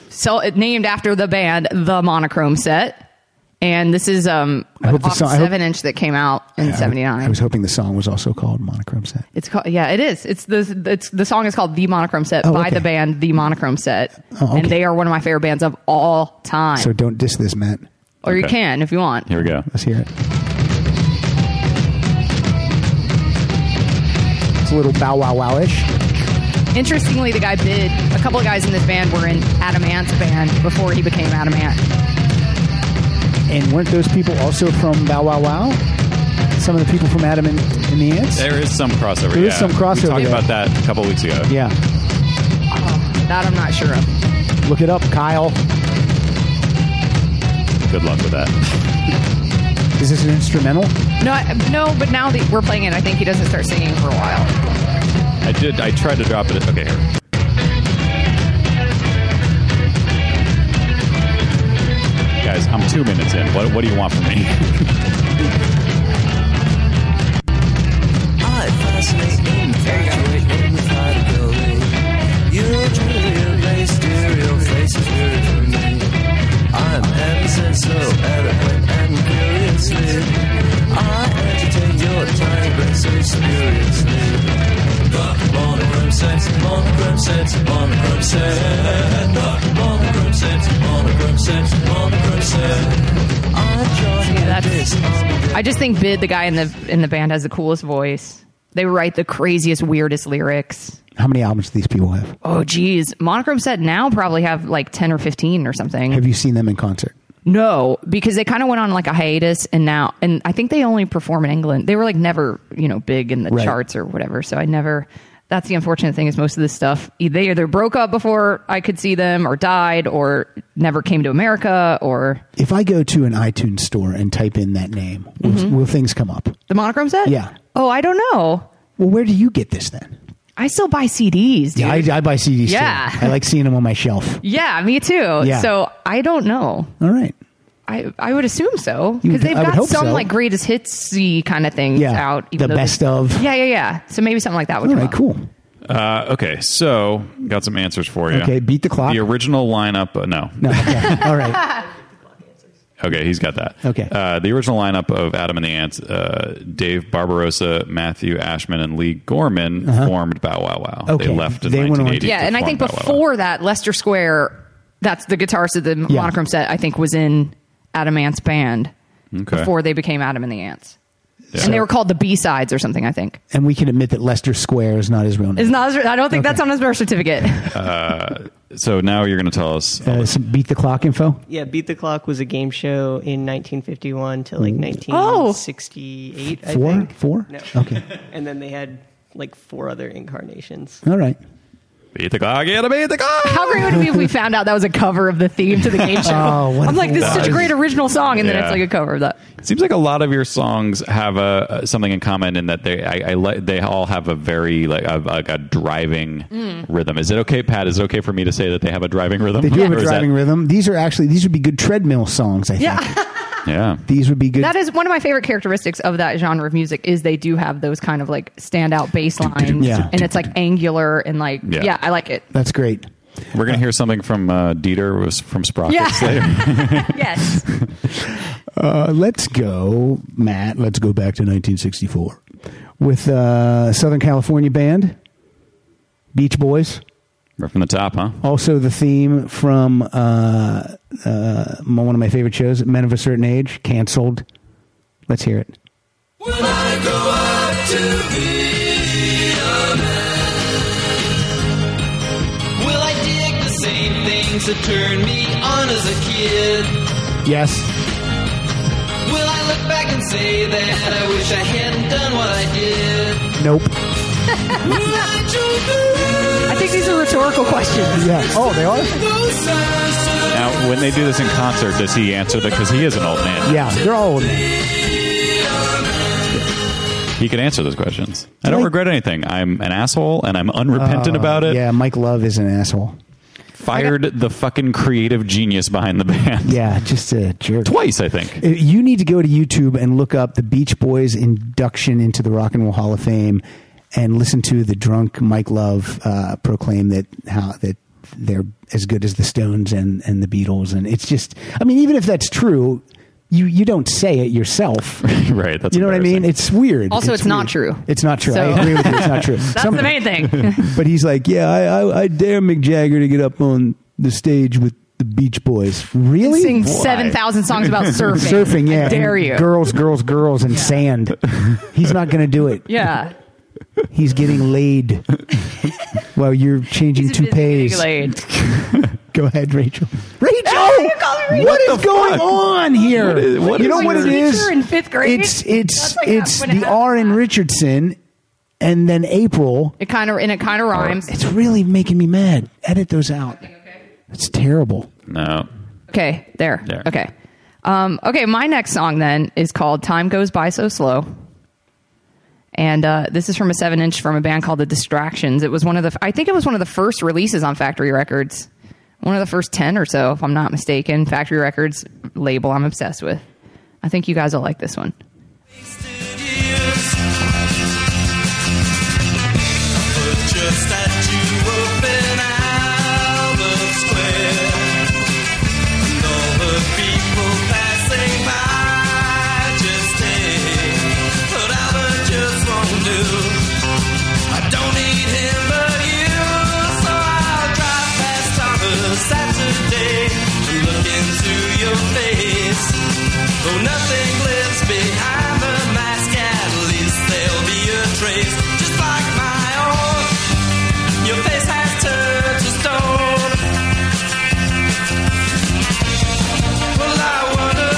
[SPEAKER 4] So it named after the band The Monochrome Set. And this is um
[SPEAKER 2] hope the
[SPEAKER 4] off
[SPEAKER 2] song- I hope-
[SPEAKER 4] seven inch that came out [LAUGHS] in seventy
[SPEAKER 2] I
[SPEAKER 4] nine.
[SPEAKER 2] was hoping the song was also called Monochrome Set.
[SPEAKER 4] It's called yeah, it is. It's the it's the song is called The Monochrome Set
[SPEAKER 2] Oh,
[SPEAKER 4] by
[SPEAKER 2] okay.
[SPEAKER 4] the band The Monochrome Set.
[SPEAKER 2] Oh, okay.
[SPEAKER 4] And they are one of my favorite bands of all time.
[SPEAKER 2] So don't diss this, Matt.
[SPEAKER 4] or you
[SPEAKER 3] Okay.
[SPEAKER 4] can if you want.
[SPEAKER 3] Here we go.
[SPEAKER 2] Let's hear it. It's a little bow wow wowish.
[SPEAKER 4] Interestingly, the guy bid a couple of guys in this band were in Adam Ant's band before he became Adam Ant.
[SPEAKER 2] And weren't those people also from Bow Wow Wow? Some of the people from Adam and, and the Ants?
[SPEAKER 3] There is some crossover.
[SPEAKER 2] There is
[SPEAKER 3] yeah.
[SPEAKER 2] some crossover
[SPEAKER 3] We talked
[SPEAKER 2] there.
[SPEAKER 3] about that a couple weeks ago.
[SPEAKER 2] Yeah.
[SPEAKER 4] That I'm not sure of.
[SPEAKER 2] Look it up, Kyle.
[SPEAKER 3] Good luck with that.
[SPEAKER 2] Is this an instrumental?
[SPEAKER 4] No, I, no, but now that we're playing it, I think he doesn't start singing for a while.
[SPEAKER 3] I did. I tried to drop it. Okay, here. Guys, I'm two minutes in. What, what do you want
[SPEAKER 2] [LAUGHS]
[SPEAKER 3] from me?
[SPEAKER 10] I fascinate, infatuate, infatuability. You your lace, stereo face is weird for me. I'm absent, so eloquent and curiously. I entertain your tiny graces furiously. Monochrome sex, monochrome sex, monochrome sex. Monochrome sex, monochrome sex, monochrome sex. I draw
[SPEAKER 4] Yeah, that's-
[SPEAKER 10] this on
[SPEAKER 4] I just think Bid, the guy in the in the band, has the coolest voice. They write the craziest, weirdest lyrics.
[SPEAKER 2] How many albums do these people have?
[SPEAKER 4] Oh, geez, Monochrome said now probably have like ten or fifteen or something.
[SPEAKER 2] Have you seen them in concert?
[SPEAKER 4] No, because they kind of went on like a hiatus, and now, and I think they only perform in England. They were like never, you know, big in the
[SPEAKER 2] Right.
[SPEAKER 4] charts or whatever. So I never. That's the unfortunate thing is most of this stuff e- they either broke up before I could see them, or died, or never came to America, or
[SPEAKER 2] If I go to an iTunes store and type in that name, will, will things come up?
[SPEAKER 4] the monochrome set.
[SPEAKER 2] Yeah.
[SPEAKER 4] Oh, I don't know.
[SPEAKER 2] Well, where do you get this then?
[SPEAKER 4] I still buy CDs. Dude.
[SPEAKER 2] Yeah,
[SPEAKER 4] Yeah,
[SPEAKER 2] I, I buy CDs. too.
[SPEAKER 4] Yeah.
[SPEAKER 2] I like seeing them on my shelf.
[SPEAKER 4] me too.
[SPEAKER 2] Yeah.
[SPEAKER 4] So I don't know.
[SPEAKER 2] All right.
[SPEAKER 4] I I would assume so
[SPEAKER 2] You
[SPEAKER 4] because
[SPEAKER 2] would-
[SPEAKER 4] they've
[SPEAKER 2] I would
[SPEAKER 4] got
[SPEAKER 2] hope
[SPEAKER 4] some
[SPEAKER 2] so.
[SPEAKER 4] like greatest hitsy kind of things
[SPEAKER 2] Yeah,
[SPEAKER 4] out.
[SPEAKER 2] the
[SPEAKER 4] though they-
[SPEAKER 2] best of.
[SPEAKER 4] Yeah, yeah, yeah. So maybe something like that would
[SPEAKER 2] All
[SPEAKER 4] come
[SPEAKER 2] right.
[SPEAKER 4] up.
[SPEAKER 2] Cool.
[SPEAKER 3] Uh, okay, so got some answers for you.
[SPEAKER 2] Okay, beat the clock.
[SPEAKER 3] The original lineup. Uh, no.
[SPEAKER 2] No. Okay.
[SPEAKER 11] [LAUGHS]
[SPEAKER 2] All right.
[SPEAKER 3] [LAUGHS] Okay, he's got that.
[SPEAKER 2] Okay.
[SPEAKER 3] Uh, the original lineup of Adam and the Ants, uh, Dave Barbarossa, Matthew Ashman, and Lee Gorman formed Bow Wow Wow.
[SPEAKER 2] Uh-huh.
[SPEAKER 3] They
[SPEAKER 2] Okay.
[SPEAKER 3] left in
[SPEAKER 2] They went on-
[SPEAKER 3] 1980.
[SPEAKER 4] Yeah,
[SPEAKER 3] to
[SPEAKER 4] and I
[SPEAKER 3] form
[SPEAKER 4] think
[SPEAKER 3] Bow Wow Wow.
[SPEAKER 4] before that, Lester Square, that's the guitarist of the
[SPEAKER 2] Yeah.
[SPEAKER 4] monochrome set, I think was in Adam Ant's band
[SPEAKER 3] Okay.
[SPEAKER 4] before they became Adam and the Ants.
[SPEAKER 3] Yeah.
[SPEAKER 4] And they were called the B sides or something, I think.
[SPEAKER 2] And we can admit that Lester Square is not his real name.
[SPEAKER 4] It's not, I don't think that's on his birth certificate.
[SPEAKER 3] So now you're going to tell us.
[SPEAKER 2] Uh, some beat the clock info.
[SPEAKER 11] Yeah, Beat the Clock was a game show in 1951 to like
[SPEAKER 4] Mm. Oh,
[SPEAKER 11] 1968, I
[SPEAKER 2] Four?
[SPEAKER 11] think.
[SPEAKER 2] Four?
[SPEAKER 11] No.
[SPEAKER 2] Okay.
[SPEAKER 11] And then they had like four other incarnations.
[SPEAKER 2] All right.
[SPEAKER 3] Beat the clock, yeah, beat the clock.
[SPEAKER 4] How great would it be if we found out that was a cover of the theme to the game show?
[SPEAKER 2] Oh, what
[SPEAKER 4] I'm
[SPEAKER 2] a
[SPEAKER 4] like, this is such a
[SPEAKER 3] nice.
[SPEAKER 4] great original song, and then
[SPEAKER 3] Yeah.
[SPEAKER 4] it's like a cover of that.
[SPEAKER 3] It seems like a lot of your songs have uh, uh, something in common in that they I, I li- they all have a very like a, like a driving
[SPEAKER 4] Mm.
[SPEAKER 3] rhythm. Is it okay, Pat? Is it okay for me to say that they have a driving rhythm?
[SPEAKER 2] They do have a
[SPEAKER 3] Or is that-
[SPEAKER 2] driving rhythm. These are actually these would be good treadmill songs. I think.
[SPEAKER 4] Yeah.
[SPEAKER 3] Yeah.
[SPEAKER 2] These would be good.
[SPEAKER 4] that is one of my favorite characteristics of that genre of music is they do have those kind of like standout bass lines.
[SPEAKER 2] Yeah.
[SPEAKER 4] And it's like angular and like,
[SPEAKER 3] Yeah.
[SPEAKER 4] yeah I like it.
[SPEAKER 2] That's great.
[SPEAKER 3] We're going to hear something from uh, Dieter was from Sprockets.
[SPEAKER 4] Yeah.
[SPEAKER 3] later.
[SPEAKER 4] Yes.
[SPEAKER 2] Uh, let's go, Matt. Let's go back to 1964 with uh, Southern California band, Beach Boys.
[SPEAKER 3] [LAUGHS] Right from the top, huh?
[SPEAKER 2] Also, the theme from uh, uh, my- one of my favorite shows, Men of a Certain Age, canceled. Let's hear it.
[SPEAKER 5] When I grow up to be a man, will I dig the same things that turned me on as a kid?
[SPEAKER 2] Yes.
[SPEAKER 5] Will I look back and say that I wish I hadn't done what I did?
[SPEAKER 2] Nope.
[SPEAKER 5] Will I join the
[SPEAKER 4] [LAUGHS] I think these are rhetorical questions.
[SPEAKER 2] Yeah. Oh, they are.
[SPEAKER 3] Now, when they do this in concert, does he answer that? Because he is an old man.
[SPEAKER 2] Yeah, they're all old. men.
[SPEAKER 3] He can answer those questions. I don't
[SPEAKER 2] Like- Oh,
[SPEAKER 3] regret anything. I'm an asshole and I'm unrepentant about it.
[SPEAKER 2] Yeah, Mike Love is an asshole.
[SPEAKER 3] Fired the fucking creative genius behind the band.
[SPEAKER 2] Yeah, just a jerk.
[SPEAKER 3] [LAUGHS] Twice, I think.
[SPEAKER 2] Uh, You need to go to YouTube and look up the Beach Boys induction into the Rock and Roll Hall of Fame, and listen to the drunk Mike Love uh, proclaim that how that they're as good as the Stones and and the Beatles, and it's just I mean even if that's true, you you don't say it yourself.
[SPEAKER 3] right. [LAUGHS] That's
[SPEAKER 2] You know what I mean?
[SPEAKER 3] embarrassing.
[SPEAKER 2] It's weird.
[SPEAKER 4] Also, it's not
[SPEAKER 2] weird.
[SPEAKER 4] true.
[SPEAKER 2] It's not true.
[SPEAKER 4] So-
[SPEAKER 2] I agree with you. It's
[SPEAKER 4] [LAUGHS]
[SPEAKER 2] not true.
[SPEAKER 4] That's the
[SPEAKER 2] [LAUGHS]
[SPEAKER 4] main thing.
[SPEAKER 2] But he's like, yeah, I, I, I dare Mick Jagger to get up on the stage with the Beach Boys. Really?
[SPEAKER 4] Sing
[SPEAKER 2] Why?
[SPEAKER 4] 7,000 songs about surfing.
[SPEAKER 2] surfing. Yeah,
[SPEAKER 4] I dare
[SPEAKER 2] and
[SPEAKER 4] you.
[SPEAKER 2] Girls, girls, girls, and sand. He's not going to do it.
[SPEAKER 4] Yeah.
[SPEAKER 2] He's getting laid. well, you're changing
[SPEAKER 4] He's
[SPEAKER 2] toupees.
[SPEAKER 4] manipulated.
[SPEAKER 2] Go ahead, Rachel. Rachel,
[SPEAKER 4] Ah, call me Rachel?
[SPEAKER 2] what is
[SPEAKER 3] the
[SPEAKER 2] going
[SPEAKER 3] fuck?
[SPEAKER 2] on here?
[SPEAKER 3] What is- what
[SPEAKER 2] you
[SPEAKER 3] is
[SPEAKER 2] know what
[SPEAKER 3] your-
[SPEAKER 2] it is?
[SPEAKER 4] Teacher in fifth grade?
[SPEAKER 2] It's it's
[SPEAKER 4] That's like
[SPEAKER 2] it's
[SPEAKER 4] when it
[SPEAKER 2] the R in Richardson, and then April.
[SPEAKER 4] It kind of and it kind of rhymes.
[SPEAKER 2] It's really making me mad. Edit those out. It's terrible.
[SPEAKER 3] No.
[SPEAKER 4] Okay, there.
[SPEAKER 3] There.
[SPEAKER 4] Okay. Um, okay, my next song then is called "Time Goes By So Slow," and uh, this is from a seven-inch from a band called The Distractions. It was one of the I think it was one of the first releases on Factory Records, one of the first ten or so, if I'm not mistaken. Factory Records label I'm obsessed with. I think you guys will like this one.
[SPEAKER 7] But just that you open Albert Square And all the people passing by just take But Albert just won't do I don't need him but you So I'll drive past on a Saturday And look into your face Though nothing lives behind the mask At least there'll be a trace Just like my own Your face has turned to stone Well, I wonder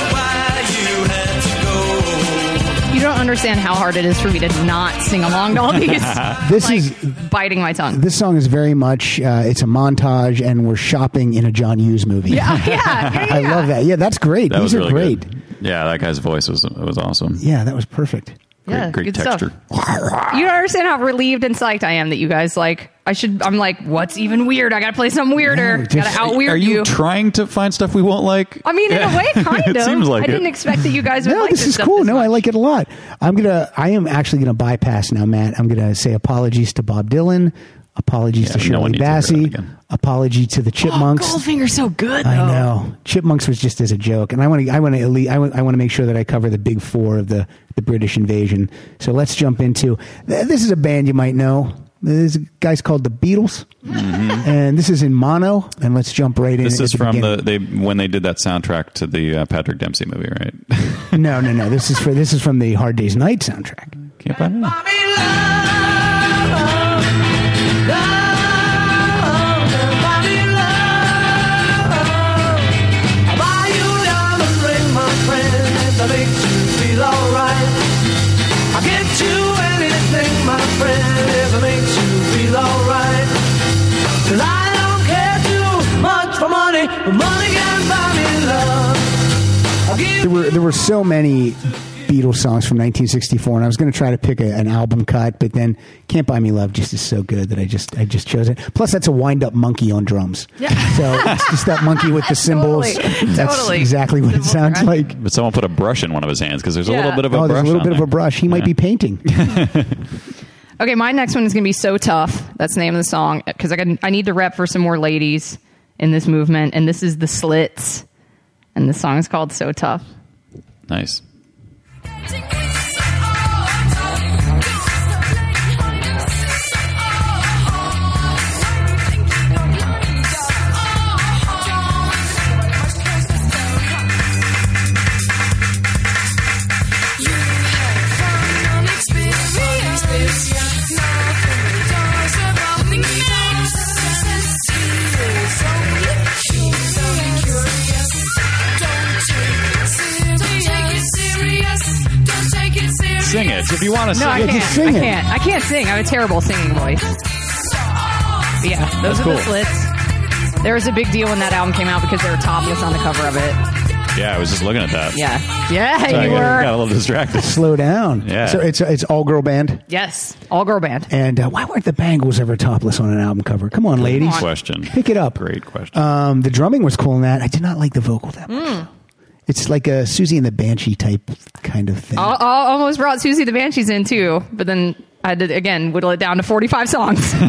[SPEAKER 7] why you had to go
[SPEAKER 4] You don't understand how hard it is for me to not sing along
[SPEAKER 2] [LAUGHS]
[SPEAKER 4] to all these.
[SPEAKER 2] This
[SPEAKER 4] like,
[SPEAKER 2] is-
[SPEAKER 4] biting my
[SPEAKER 2] [LAUGHS]
[SPEAKER 4] tongue.
[SPEAKER 2] This song is very much uh, it's a montage, and we're shopping in a John Hughes movie.
[SPEAKER 4] Yeah, yeah, yeah,
[SPEAKER 2] I love that. Yeah, that's great.
[SPEAKER 3] That
[SPEAKER 2] These
[SPEAKER 3] was
[SPEAKER 2] are
[SPEAKER 3] really
[SPEAKER 2] great.
[SPEAKER 3] good. Yeah, that guy's voice was was awesome.
[SPEAKER 2] Yeah, that was perfect.
[SPEAKER 3] Great,
[SPEAKER 4] Yeah,
[SPEAKER 3] great
[SPEAKER 4] good
[SPEAKER 3] texture.
[SPEAKER 4] You don't understand how relieved and psyched I am that you guys like. I should. I'm like, what's even weird? I gotta play something weirder. gotta out
[SPEAKER 3] Are
[SPEAKER 4] weird
[SPEAKER 3] you,
[SPEAKER 4] you.
[SPEAKER 3] trying to find stuff we won't like?
[SPEAKER 4] I mean, in a
[SPEAKER 3] Yeah.
[SPEAKER 2] [LAUGHS]
[SPEAKER 4] way, kind
[SPEAKER 3] [LAUGHS]
[SPEAKER 4] of.
[SPEAKER 3] it seems like
[SPEAKER 4] I
[SPEAKER 3] it.
[SPEAKER 4] didn't expect that you guys would
[SPEAKER 2] no,
[SPEAKER 4] like
[SPEAKER 2] this,
[SPEAKER 4] this,
[SPEAKER 2] is
[SPEAKER 4] stuff.
[SPEAKER 2] cool. No, I like it a lot. I'm gonna. I am actually gonna bypass now, Matt. I'm gonna say apologies to Bob Dylan, apologies to
[SPEAKER 3] no one
[SPEAKER 2] Shirley
[SPEAKER 3] needs to hear that
[SPEAKER 2] Bassey,
[SPEAKER 3] again.
[SPEAKER 2] apology to the Chipmunks.
[SPEAKER 4] Goldfinger's Oh, so good.
[SPEAKER 2] I
[SPEAKER 4] though.
[SPEAKER 2] know Chipmunks was just as a joke, and I want to. I want to. I want. I want to make sure that I cover the big four of the the British invasion. So let's jump into. th- This is a band you might know. This guy's called the Beatles, and this is in mono. And let's jump right in.
[SPEAKER 3] Mm-hmm. This
[SPEAKER 2] at
[SPEAKER 3] is
[SPEAKER 2] the
[SPEAKER 3] from
[SPEAKER 2] beginning.
[SPEAKER 3] the they when they did that soundtrack to the uh, Patrick Dempsey movie, right? [LAUGHS]
[SPEAKER 2] No, no, no. This is for. This is from the Hard Day's Night soundtrack.
[SPEAKER 3] Can't find it.
[SPEAKER 7] Money can buy me love. I'll give
[SPEAKER 2] There were there were so many Beatles songs from 1964, and I was going to try to pick a, an album cut, but then "Can't Buy Me Love" just is so good that I just I just chose it. Plus, that's a wind up monkey on drums. Yeah. So it's just that monkey
[SPEAKER 4] [LAUGHS]
[SPEAKER 2] with the cymbals.
[SPEAKER 4] Totally.
[SPEAKER 2] That's
[SPEAKER 4] Totally.
[SPEAKER 2] exactly what it sounds like.
[SPEAKER 3] But someone put a brush in one of his hands because there's a
[SPEAKER 4] Yeah.
[SPEAKER 3] little bit of a
[SPEAKER 2] Oh,
[SPEAKER 3] brush.
[SPEAKER 2] there's a little
[SPEAKER 3] on
[SPEAKER 2] bit of
[SPEAKER 3] there.
[SPEAKER 2] a brush. He might be painting.
[SPEAKER 3] [LAUGHS]
[SPEAKER 4] Okay, my next one is gonna be so tough. That's the name of the song because I can, I need to rep for some more ladies in this movement, and this is the Slits, and the song's called "So Tough."
[SPEAKER 3] Nice. Sing it if you want to
[SPEAKER 4] No, I
[SPEAKER 3] sing it.
[SPEAKER 4] can't.
[SPEAKER 2] just sing
[SPEAKER 4] I
[SPEAKER 2] it.
[SPEAKER 4] can't. I can't sing. I have a terrible singing voice. But yeah, those
[SPEAKER 3] That's
[SPEAKER 4] are the
[SPEAKER 3] cool.
[SPEAKER 4] slits. There was a big deal when that album came out because they were topless on the cover of it.
[SPEAKER 3] Yeah, I was just looking at that.
[SPEAKER 4] Yeah. Yeah,
[SPEAKER 3] Sorry, I
[SPEAKER 4] you
[SPEAKER 3] got,
[SPEAKER 4] were.
[SPEAKER 3] got a little distracted.
[SPEAKER 2] Slow down.
[SPEAKER 3] Yeah.
[SPEAKER 2] So it's it's all girl band.
[SPEAKER 4] Yes. All girl band.
[SPEAKER 2] And uh, why weren't the Bangles ever topless on an album cover? Come on, ladies.
[SPEAKER 3] Great question.
[SPEAKER 2] Pick it up.
[SPEAKER 3] Great question.
[SPEAKER 2] Um, the drumming was cool in that. I did not like the vocal that much.
[SPEAKER 4] Mm.
[SPEAKER 2] It's like a Susie and the Banshee type kind of thing.
[SPEAKER 4] I, I almost brought Susie the Banshees in too, but then I had to, again, whittle it down to 45
[SPEAKER 2] [LAUGHS]
[SPEAKER 4] songs.
[SPEAKER 2] Are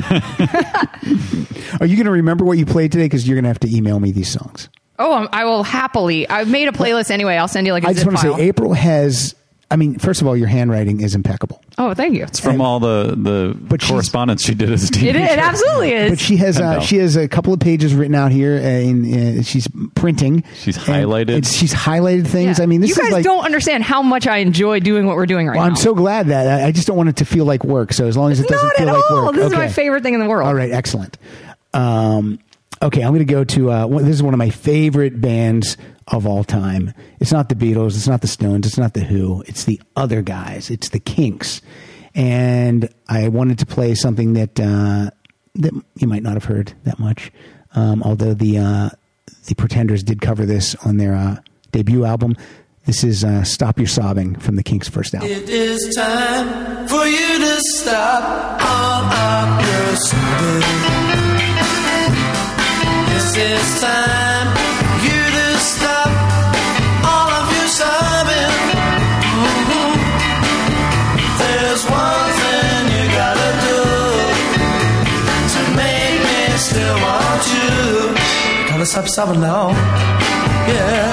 [SPEAKER 2] you going to remember what you played today? Because you're going to have to email me these songs.
[SPEAKER 4] oh, I'm- I will happily. I've made a playlist anyway. I'll send you like a
[SPEAKER 2] I just
[SPEAKER 4] zip
[SPEAKER 2] want to
[SPEAKER 4] file.
[SPEAKER 2] say April has. I mean, first of all, your handwriting is impeccable,
[SPEAKER 4] oh, thank
[SPEAKER 2] [LAUGHS]
[SPEAKER 4] you.
[SPEAKER 3] From all the the
[SPEAKER 2] But she's-
[SPEAKER 3] correspondence she did as a
[SPEAKER 4] It,
[SPEAKER 3] teenager.
[SPEAKER 4] it absolutely is.
[SPEAKER 2] but she has
[SPEAKER 3] I
[SPEAKER 2] uh,
[SPEAKER 3] know.
[SPEAKER 2] she has a couple of pages written out here, and uh, she's printing.
[SPEAKER 3] She's
[SPEAKER 2] And
[SPEAKER 3] highlighted.
[SPEAKER 2] it's- she's highlighted things.
[SPEAKER 4] Yeah.
[SPEAKER 2] I mean, this
[SPEAKER 4] you guys
[SPEAKER 2] is like.
[SPEAKER 4] don't understand how much I enjoy doing what we're doing right
[SPEAKER 2] well,
[SPEAKER 4] now.
[SPEAKER 2] I'm so glad that I- I just don't want it to feel like work. So as long as it doesn't
[SPEAKER 4] Not
[SPEAKER 2] feel
[SPEAKER 4] at
[SPEAKER 2] like
[SPEAKER 4] all.
[SPEAKER 2] work,
[SPEAKER 4] This is
[SPEAKER 2] okay.
[SPEAKER 4] my favorite thing in the world.
[SPEAKER 2] All right, excellent. Um, okay, I'm going to go to uh, one, this is one of my favorite bands of all time. It's not the Beatles, it's not the Stones, it's not the Who, it's the other guys, it's the Kinks. And I wanted to play something that uh, that you might not have heard that much, um, although the uh, the Pretenders did cover this on their uh, debut album. This is uh, Stop Your Sobbing from the Kinks' first album.
[SPEAKER 12] It is time for you to stop all of your sobbing. This is time for you to stop all of your sobbing. Mhm. There's one thing you gotta do to make me still want you. Gotta stop sobbing now.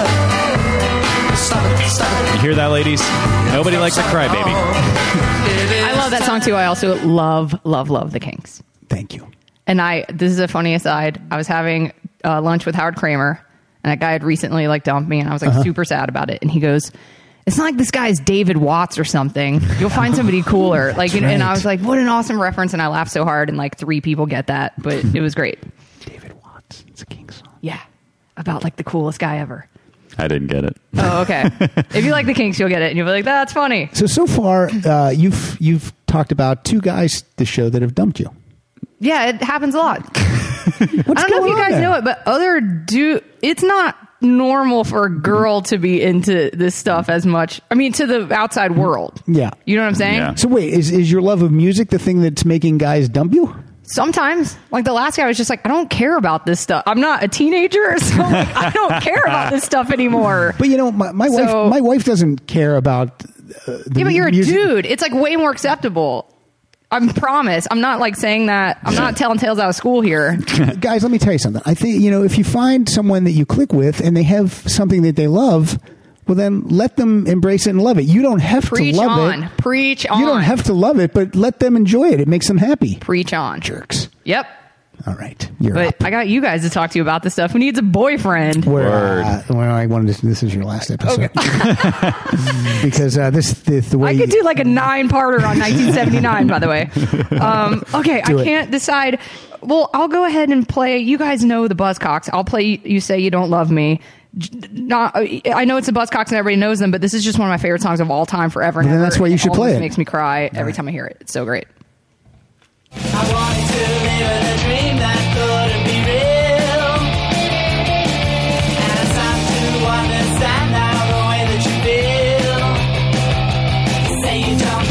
[SPEAKER 12] Yeah. Stop it, stop it.
[SPEAKER 3] You hear that, ladies? Nobody likes a crybaby.
[SPEAKER 4] I love that song too. I also love, love, love the Kinks.
[SPEAKER 2] Thank you.
[SPEAKER 4] And I, this is a funny aside. I was having uh, lunch with Howard Kramer, and that guy had recently like dumped me, and I was like
[SPEAKER 13] Uh-huh.
[SPEAKER 4] super sad about it. And he goes, "It's not like this guy's David Watts or something. You'll
[SPEAKER 2] [LAUGHS]
[SPEAKER 4] find somebody cooler." like, and, and I
[SPEAKER 13] right.
[SPEAKER 4] was like, "What an awesome reference!" And I laughed so hard, and like three people get that, but it was great. David Watts. It's a Kinks song. Yeah, about like the coolest guy ever.
[SPEAKER 3] I didn't get it.
[SPEAKER 2] [LAUGHS]
[SPEAKER 4] Oh, okay. if you like the Kinks, you'll get it, and you'll be like, "That's funny."
[SPEAKER 2] So so far, uh, you've you've talked about two guys this show that have dumped you.
[SPEAKER 4] Yeah, it happens a lot. I don't know if you
[SPEAKER 2] going on
[SPEAKER 4] guys
[SPEAKER 2] there?
[SPEAKER 4] know it, but other do it's not normal for a girl to be into this stuff as much. I mean, to the outside world.
[SPEAKER 2] Yeah,
[SPEAKER 4] You know what I'm saying?
[SPEAKER 2] So wait, is is your love of music the thing that's making guys dump you?
[SPEAKER 4] Sometimes, like the last guy was just like, I don't care about this stuff. I'm not a teenager, [LAUGHS] so I'm like, I don't care about this stuff anymore.
[SPEAKER 2] [LAUGHS] But you know, my, my wife my wife doesn't care about. Uh, the
[SPEAKER 4] yeah, but you're a
[SPEAKER 2] music-
[SPEAKER 4] dude. It's like way more acceptable. I'm promise. I'm not like saying that. I'm not telling tales out of
[SPEAKER 2] [LAUGHS]
[SPEAKER 4] school here.
[SPEAKER 2] guys, let me tell you something. I think you know if you find someone that you click with and they have something that they love, well then let them embrace it and love it. You don't have
[SPEAKER 4] Preach
[SPEAKER 2] to love
[SPEAKER 4] on.
[SPEAKER 2] it.
[SPEAKER 4] Preach on.
[SPEAKER 2] You don't have to love it, but let them enjoy it. It makes them happy.
[SPEAKER 4] Preach on.
[SPEAKER 2] Jerks.
[SPEAKER 4] Yep.
[SPEAKER 2] All right.
[SPEAKER 4] but I got you guys to talk to you about this stuff. Who needs a boyfriend?
[SPEAKER 2] Where, uh, where I wanted to, this is your last episode [LAUGHS] because uh, this the, the way
[SPEAKER 4] I could do like a nine-parter on 1979, by
[SPEAKER 2] [LAUGHS]
[SPEAKER 4] the way. Um, okay,
[SPEAKER 2] Do
[SPEAKER 4] I
[SPEAKER 2] it.
[SPEAKER 4] can't decide. Well, I'll go ahead and play. You guys know the Buzzcocks. I'll play. You, You say you don't love me. J- Not, uh, I know it's the Buzzcocks and everybody knows them, but this is just one of my favorite songs of all time, forever. And
[SPEAKER 2] Then
[SPEAKER 4] ever,
[SPEAKER 2] that's why you
[SPEAKER 4] and
[SPEAKER 2] should
[SPEAKER 4] it
[SPEAKER 2] play
[SPEAKER 4] always
[SPEAKER 2] it.
[SPEAKER 4] Makes me cry every time I hear it. It's so great.
[SPEAKER 12] I wanted to live in a dream that couldn't be real. And it's time to understand now the way that you feel. You say you don't.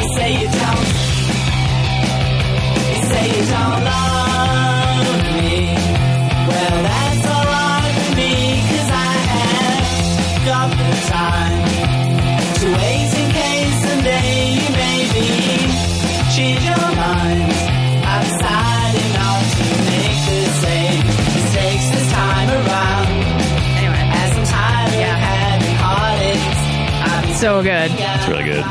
[SPEAKER 12] You say you don't. You say you don't love me. Well, that's all right for me, 'cause I have got the time to wait in case someday you may be change your mind. I've decided not to make the same mistakes this time around. Anyway, as I'm tired of having heartaches, I'm
[SPEAKER 4] so good.
[SPEAKER 3] It's really good.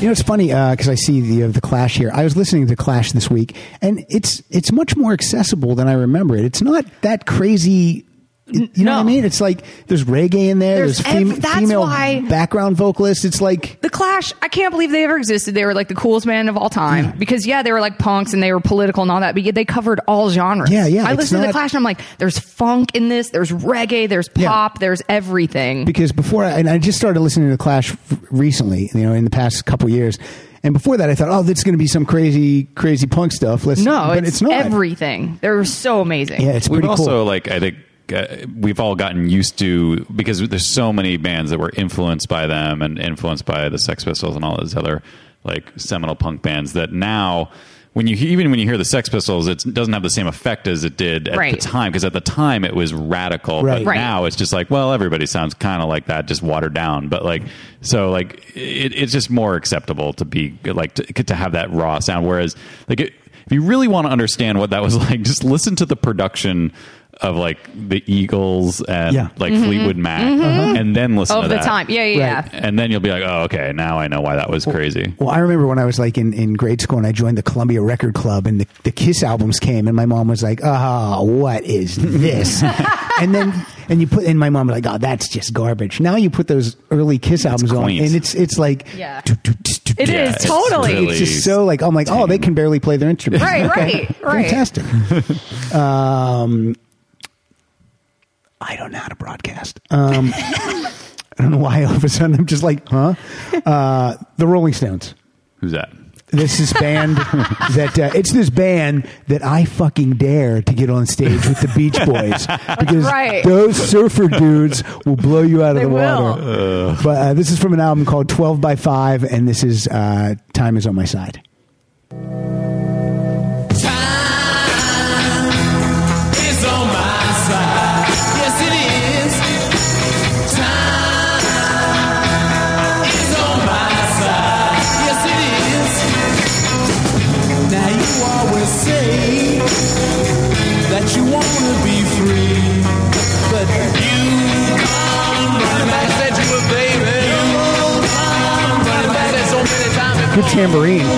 [SPEAKER 2] You know, it's funny because I see the uh, the Clash here. I was listening to Clash this week, and it's it's much more accessible than I remember it. It's not that crazy. You know what I mean? It's like there's reggae in there. There's,
[SPEAKER 4] There's
[SPEAKER 2] fem-
[SPEAKER 4] ev- that's
[SPEAKER 2] female
[SPEAKER 4] why-
[SPEAKER 2] background vocalists. It's like
[SPEAKER 4] The Clash, I can't believe they ever existed. They were like the coolest band of all time because yeah, they were like punks and they were political and all that, but yet they covered all genres.
[SPEAKER 2] Yeah, yeah,
[SPEAKER 4] I
[SPEAKER 2] it's
[SPEAKER 4] listened to the
[SPEAKER 2] not-
[SPEAKER 4] Clash and I'm like, there's funk in this, there's reggae, there's pop, there's everything.
[SPEAKER 2] because before I, and I just started listening to the Clash f- recently, you know, in the past couple years. And before that, I thought, oh, this is going to be some crazy, crazy punk stuff. Let's
[SPEAKER 4] No,
[SPEAKER 2] but
[SPEAKER 4] it's,
[SPEAKER 2] it's not.
[SPEAKER 4] everything. They were so amazing.
[SPEAKER 2] Yeah, it's
[SPEAKER 3] we've
[SPEAKER 2] pretty
[SPEAKER 3] also
[SPEAKER 2] cool.
[SPEAKER 3] like I think uh, we've all gotten used to because there's so many bands that were influenced by them and influenced by the Sex Pistols and all those other like seminal punk bands that now. When you he- even when you hear the Sex Pistols, it doesn't have the same effect as it did at
[SPEAKER 4] Right.
[SPEAKER 3] the time because at the time it was radical,
[SPEAKER 2] Right.
[SPEAKER 3] but
[SPEAKER 2] Right.
[SPEAKER 3] now it's just like well everybody sounds kind of like that, just watered down. But like so like it, it's just more acceptable to be like to, to have that raw sound. Whereas like it, if you really want to understand what that was [LAUGHS] like, just listen to the production of like the Eagles and
[SPEAKER 2] Yeah. Uh-huh.
[SPEAKER 3] like
[SPEAKER 4] Mhm.
[SPEAKER 3] Fleetwood Mac,
[SPEAKER 4] Mhm.
[SPEAKER 3] and then listen
[SPEAKER 4] Of
[SPEAKER 3] to
[SPEAKER 4] the
[SPEAKER 3] that.
[SPEAKER 4] time. Yeah, yeah, Right.
[SPEAKER 3] And then you'll be like, oh, okay, now I know why that was crazy.
[SPEAKER 2] Well, I remember when I was like in, in grade school and I joined the Columbia Record Club and the, the Kiss albums came and my mom was like, "Ah, what is
[SPEAKER 3] [LAUGHS]
[SPEAKER 2] this?" and then and you put and my mom was like, "Oh, that's just garbage." Now you put those early Kiss albums on
[SPEAKER 3] quaint.
[SPEAKER 2] and it's it's like
[SPEAKER 4] Yeah.
[SPEAKER 2] It
[SPEAKER 4] It
[SPEAKER 2] is
[SPEAKER 4] Yeah, is, it's totally.
[SPEAKER 2] It's just so like I'm like, "Oh, they can barely play their instrument."
[SPEAKER 4] Right,
[SPEAKER 2] Okay.
[SPEAKER 4] right, right. [LAUGHS]
[SPEAKER 2] Fantastic. um I don't know how to broadcast. Um [LAUGHS] I don't know why all of a sudden I'm just like, huh? Uh, the Rolling Stones.
[SPEAKER 3] Who's that?
[SPEAKER 2] This is
[SPEAKER 4] [LAUGHS]
[SPEAKER 2] band that uh, it's this band that I fucking dare to get on stage with the
[SPEAKER 4] [LAUGHS]
[SPEAKER 2] Beach Boys because
[SPEAKER 4] right.
[SPEAKER 2] those surfer dudes will blow you out of the water.
[SPEAKER 3] Ugh.
[SPEAKER 2] But uh, this is from an album called Twelve by Five, and this is uh, "Time Is on My Side."
[SPEAKER 12] is on my side. Yes, it is. Time is on my side. Yes, it is. Now you always say that you wanna be free, but you come running back, said you were baby. You come running back, said so many times.
[SPEAKER 2] Good tambourine.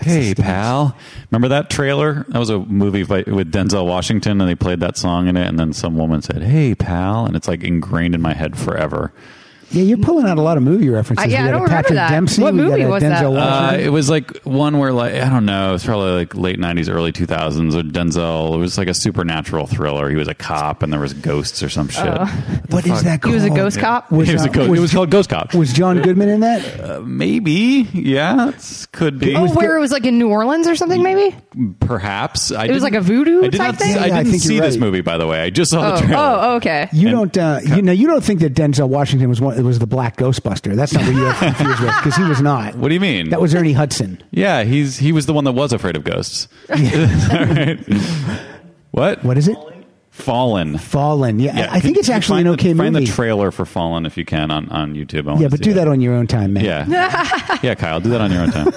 [SPEAKER 3] Hey, pal. Remember that trailer? That was a movie by, with Denzel Washington, and they played that song in it. And then some woman said, Hey, pal. And it's like ingrained in my head forever.
[SPEAKER 2] Yeah, you're pulling out a lot of movie references.
[SPEAKER 4] Uh,
[SPEAKER 2] We
[SPEAKER 4] yeah, I
[SPEAKER 2] got a
[SPEAKER 4] don't remember
[SPEAKER 2] Patrick
[SPEAKER 4] that.
[SPEAKER 2] Dempsey,
[SPEAKER 4] What
[SPEAKER 2] we got
[SPEAKER 4] movie
[SPEAKER 2] a
[SPEAKER 4] was
[SPEAKER 2] Denzel
[SPEAKER 4] that?
[SPEAKER 3] Uh,
[SPEAKER 2] Washington.
[SPEAKER 3] it was like one where, like, I don't know, it was probably like late 90s, early 2000s. Or Denzel, it was like a supernatural thriller. He was a cop, and there was ghosts or some shit.
[SPEAKER 4] Oh.
[SPEAKER 3] [LAUGHS]
[SPEAKER 2] What is that
[SPEAKER 4] He
[SPEAKER 2] called? uh,
[SPEAKER 4] was a ghost cop?
[SPEAKER 3] it, was a ghost, it was called Ghost Cop.
[SPEAKER 2] Was John Goodman in that?
[SPEAKER 3] Uh, maybe. Yeah, it's, could be.
[SPEAKER 4] Oh, where it was like in New Orleans or something, maybe?
[SPEAKER 3] Perhaps. I
[SPEAKER 4] It
[SPEAKER 3] didn't-
[SPEAKER 4] was like a voodoo
[SPEAKER 3] I did
[SPEAKER 4] type
[SPEAKER 3] not see-
[SPEAKER 4] thing?
[SPEAKER 3] I
[SPEAKER 4] Yeah, I
[SPEAKER 3] didn't
[SPEAKER 2] think you're
[SPEAKER 3] see this
[SPEAKER 2] right.
[SPEAKER 3] movie, by the way. I just saw the
[SPEAKER 4] Oh,
[SPEAKER 3] trailer.
[SPEAKER 4] oh, okay.
[SPEAKER 2] You don't, uh, you know, you don't think that Denzel Washington was one, was the black Ghostbuster. That's not what you have confused with because he was not.
[SPEAKER 3] What do you mean?
[SPEAKER 2] That was Ernie Hudson.
[SPEAKER 3] Yeah, he's he was the one that was afraid
[SPEAKER 2] [LAUGHS]
[SPEAKER 3] of ghosts. All right. What?
[SPEAKER 2] What is it?
[SPEAKER 3] Fallen.
[SPEAKER 2] Fallen. Yeah, I- I think
[SPEAKER 3] could
[SPEAKER 2] it's
[SPEAKER 3] you
[SPEAKER 2] actually
[SPEAKER 3] find
[SPEAKER 2] an okay
[SPEAKER 3] the, Find
[SPEAKER 2] movie.
[SPEAKER 3] the trailer for Fallen if you can on, on YouTube. I wanna
[SPEAKER 2] yeah, but
[SPEAKER 3] see
[SPEAKER 2] do that on your own time, man.
[SPEAKER 4] [LAUGHS]
[SPEAKER 3] Yeah. yeah, Kyle, do that on your own time.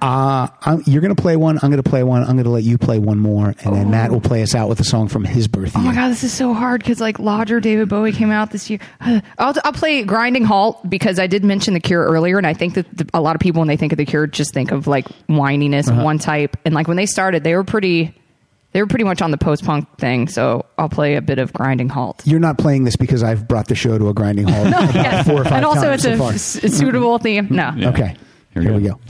[SPEAKER 2] Uh, I'm, you're going to play one. I'm going to play one. I'm going to let you play one more, and then Matt will play us out with a song from his birth
[SPEAKER 4] Oh
[SPEAKER 2] year.
[SPEAKER 4] my god, this is so hard because like Lodger, David Bowie came out this year. [SIGHS] I'll, I'll play Grinding Halt because I did mention The Cure earlier, and I think that the, a lot of people when they think of The Cure just think of like whininess and
[SPEAKER 2] Uh-huh.
[SPEAKER 4] one type. And like when they started, they were pretty, they were pretty much on the post punk thing. So I'll play a bit of Grinding Halt.
[SPEAKER 2] You're not playing this because I've brought the show to a grinding
[SPEAKER 4] [LAUGHS]
[SPEAKER 2] halt about four or five
[SPEAKER 4] and also,
[SPEAKER 2] times
[SPEAKER 4] it's
[SPEAKER 2] so
[SPEAKER 4] a
[SPEAKER 2] far.
[SPEAKER 4] s- suitable theme. No,
[SPEAKER 3] Yeah.
[SPEAKER 2] Okay,
[SPEAKER 3] Here,
[SPEAKER 2] here we go.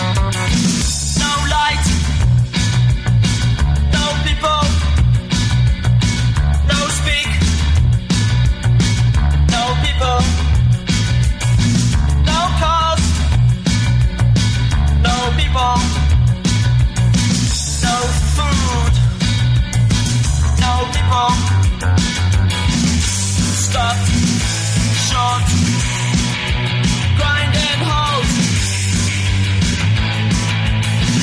[SPEAKER 12] No light, no people, no speak, no people, no cars, no people, no food, no people, stopped, short, grind and hold.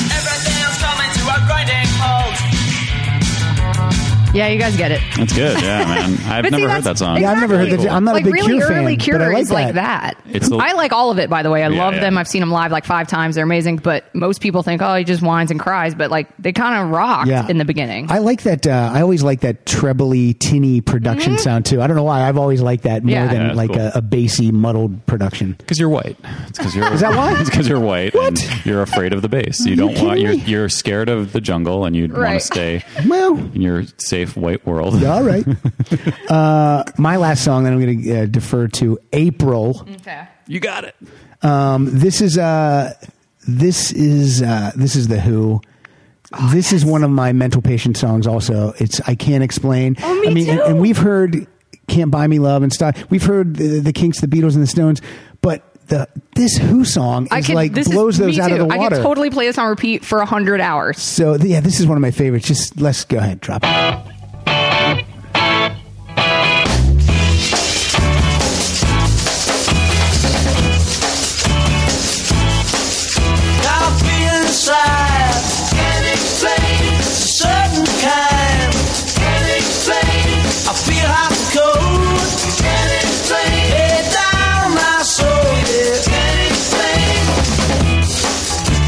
[SPEAKER 12] Everything's coming to a grinding Oh, halt.
[SPEAKER 4] yeah, you guys get it.
[SPEAKER 3] That's good. Yeah, man. I've
[SPEAKER 4] But see,
[SPEAKER 3] never heard that
[SPEAKER 4] that's-
[SPEAKER 3] song.
[SPEAKER 2] Yeah, I've never heard
[SPEAKER 4] exactly.
[SPEAKER 2] that. I'm not a
[SPEAKER 4] like
[SPEAKER 2] big
[SPEAKER 4] really
[SPEAKER 2] Cure fan,
[SPEAKER 4] early
[SPEAKER 2] but
[SPEAKER 4] Cure
[SPEAKER 2] I like
[SPEAKER 4] is like that.
[SPEAKER 3] It's the-
[SPEAKER 4] I like all of it, by the way. I
[SPEAKER 3] Yeah,
[SPEAKER 4] love
[SPEAKER 3] yeah.
[SPEAKER 4] them. I've seen them live like five times. They're amazing. But most people think, oh, he just whines and cries. But like they kind of rocked
[SPEAKER 2] Yeah.
[SPEAKER 4] in the beginning.
[SPEAKER 2] I like that. Uh, I always like that trebly, tinny production sound too. I don't know why. I've always liked that more
[SPEAKER 4] Mm-hmm. Yeah.
[SPEAKER 2] than
[SPEAKER 3] Yeah, it's
[SPEAKER 2] like
[SPEAKER 3] cool.
[SPEAKER 2] a, a bassy, muddled production.
[SPEAKER 3] Because you're white. It's because you're. Is
[SPEAKER 2] that why?
[SPEAKER 3] It's because you're white and you're afraid of the bass. You don't want. You're you're scared of the jungle and you want
[SPEAKER 4] Right.
[SPEAKER 3] to
[SPEAKER 4] [LAUGHS]
[SPEAKER 3] stay
[SPEAKER 2] Well,
[SPEAKER 3] in your safe white world.
[SPEAKER 2] yeah, all right. uh, my last song that I'm going to uh, defer to April.
[SPEAKER 4] okay.
[SPEAKER 3] You got it.
[SPEAKER 2] Um, this is uh, this is uh, this is the Who.
[SPEAKER 4] Oh,
[SPEAKER 2] this is one of my mental patient songs. Also, it's I can't explain.
[SPEAKER 4] Oh, me
[SPEAKER 2] I mean, And,
[SPEAKER 4] too.
[SPEAKER 2] and we've heard "Can't Buy Me Love" and stuff. We've heard the, the Kinks, the Beatles, and the Stones, but the this Who song is
[SPEAKER 4] I could,
[SPEAKER 2] like
[SPEAKER 4] this
[SPEAKER 2] blows
[SPEAKER 4] is,
[SPEAKER 2] those
[SPEAKER 4] me
[SPEAKER 2] out
[SPEAKER 4] too.
[SPEAKER 2] of the
[SPEAKER 4] I
[SPEAKER 2] water.
[SPEAKER 4] could totally play this on repeat for hundred hours.
[SPEAKER 2] So th- yeah, this is one of my favorites. Just let's go ahead, drop it.
[SPEAKER 12] I'll be inside. Can't explain. It's a certain kind. Can't explain. I feel hot and cold. Can't explain. It down my soul. Yeah. Can't explain.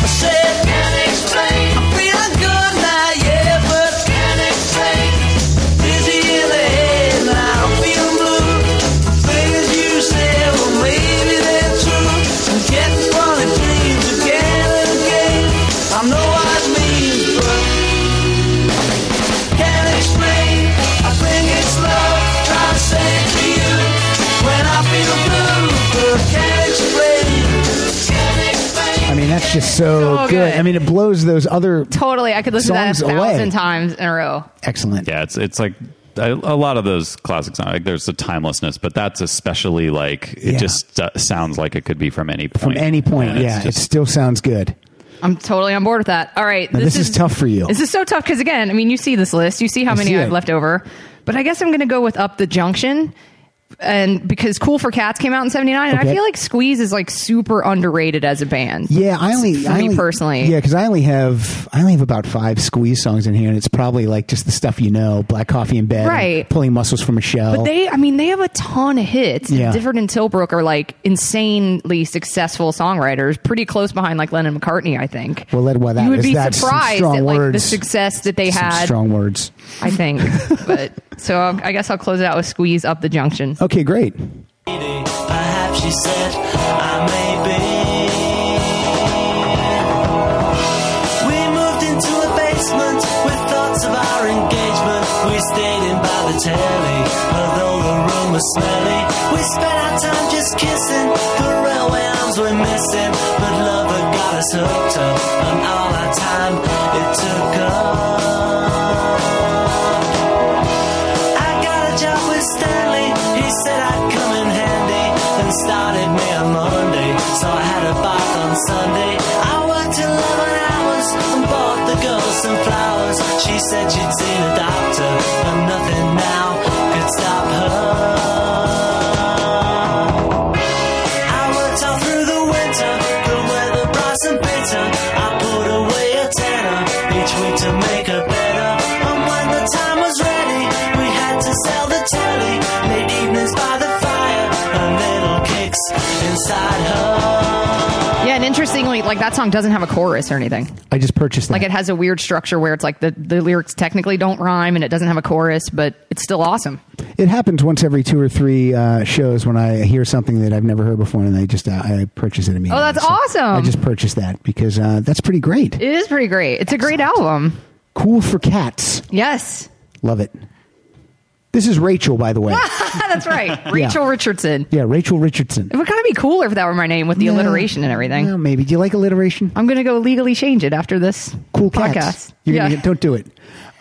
[SPEAKER 12] I said can't explain. I'm feeling good now, yeah, but can't explain.
[SPEAKER 2] that's just so,
[SPEAKER 4] So
[SPEAKER 2] good.
[SPEAKER 4] good.
[SPEAKER 2] I mean, it blows those other
[SPEAKER 4] Totally, I could listen
[SPEAKER 2] Songs
[SPEAKER 4] to that a
[SPEAKER 2] away.
[SPEAKER 4] thousand times in a row.
[SPEAKER 2] Excellent.
[SPEAKER 3] Yeah, it's it's like a, a lot of those classic songs. Like there's a timelessness, but that's especially like it
[SPEAKER 2] Yeah.
[SPEAKER 3] just uh, sounds like it could be from any point.
[SPEAKER 2] from any point.
[SPEAKER 3] And it's
[SPEAKER 2] yeah,
[SPEAKER 3] just-
[SPEAKER 2] it still sounds good.
[SPEAKER 4] I'm totally on board with that. All right,
[SPEAKER 2] Now, this, is, tough for you.
[SPEAKER 4] This is so tough because again, I mean, you see this list, you see how
[SPEAKER 2] I
[SPEAKER 4] many
[SPEAKER 2] see
[SPEAKER 4] I've
[SPEAKER 2] it.
[SPEAKER 4] left over, but I guess I'm going to go with Up the Junction, and because Cool for Cats came out in '79, and
[SPEAKER 2] Okay.
[SPEAKER 4] I feel like Squeeze is like super underrated as a band.
[SPEAKER 2] yeah, I only
[SPEAKER 4] for
[SPEAKER 2] I
[SPEAKER 4] me
[SPEAKER 2] only-
[SPEAKER 4] personally.
[SPEAKER 2] Yeah, because I only have I only have about five squeeze songs in here, and it's probably like just the stuff you know: black coffee in bed, and
[SPEAKER 4] Right.
[SPEAKER 2] Pulling muscles from a shell.
[SPEAKER 4] But they, I mean, they have a ton of hits.
[SPEAKER 2] Yeah.
[SPEAKER 4] And Difford and Tilbrook are like insanely successful songwriters, pretty close behind like Lennon McCartney, I think.
[SPEAKER 2] well, let why that
[SPEAKER 4] you would
[SPEAKER 2] is.
[SPEAKER 4] be
[SPEAKER 2] That's some
[SPEAKER 4] surprised
[SPEAKER 2] strong
[SPEAKER 4] at like the
[SPEAKER 2] words.
[SPEAKER 4] success that they
[SPEAKER 2] Some
[SPEAKER 4] had.
[SPEAKER 2] strong words. [LAUGHS]
[SPEAKER 4] I think. but so I'll, I guess I'll close it out with "Squeeze Up the Junction."
[SPEAKER 2] Okay, great.
[SPEAKER 12] Perhaps she said, I may be. We moved into a basement with thoughts of our engagement. We stayed in by the telly, although the room was smelly. We spent our time just kissing. The railway arms were missing, but love had got us hooked up, and all our time it took up. I got a job with Stanley. He said I'd come in handy and started me on Monday. So I had a bath on Sunday. I worked 11 hours and bought the girl some flowers. She said she'd seen a doctor and nothing now could stop her. I worked all through the winter. The weather bright and bitter. I put away a tenner each week to make her better. And when the time was ready, we had to sell the telly. Late evenings by the fire, and little kicks inside her.
[SPEAKER 4] Yeah, and interestingly, like that song doesn't have a chorus or anything.
[SPEAKER 2] I just purchased that.
[SPEAKER 4] Like it has a weird structure where it's like the, the lyrics technically don't rhyme and it doesn't have a chorus, but it's still awesome.
[SPEAKER 2] It happens once every two or three uh, shows when I hear something that I've never heard before, and I just uh, I purchase it immediately.
[SPEAKER 4] Oh, that's awesome.
[SPEAKER 2] I just purchased that because uh, that's pretty great.
[SPEAKER 4] It is pretty great. It's a great album.
[SPEAKER 2] Cool for cats.
[SPEAKER 4] Yes.
[SPEAKER 2] Love it. This is Rachel, by the way.
[SPEAKER 4] [LAUGHS] That's [LAUGHS] right. Rachel Richardson.
[SPEAKER 2] yeah, Rachel Richardson.
[SPEAKER 4] It would kind of be cooler if that were my name with the alliteration and everything. Uh,
[SPEAKER 2] No, maybe. Do you like alliteration?
[SPEAKER 4] I'm going to go legally change it after this cool podcast.
[SPEAKER 2] Cats. You're
[SPEAKER 4] yeah.
[SPEAKER 2] gonna get, don't do it.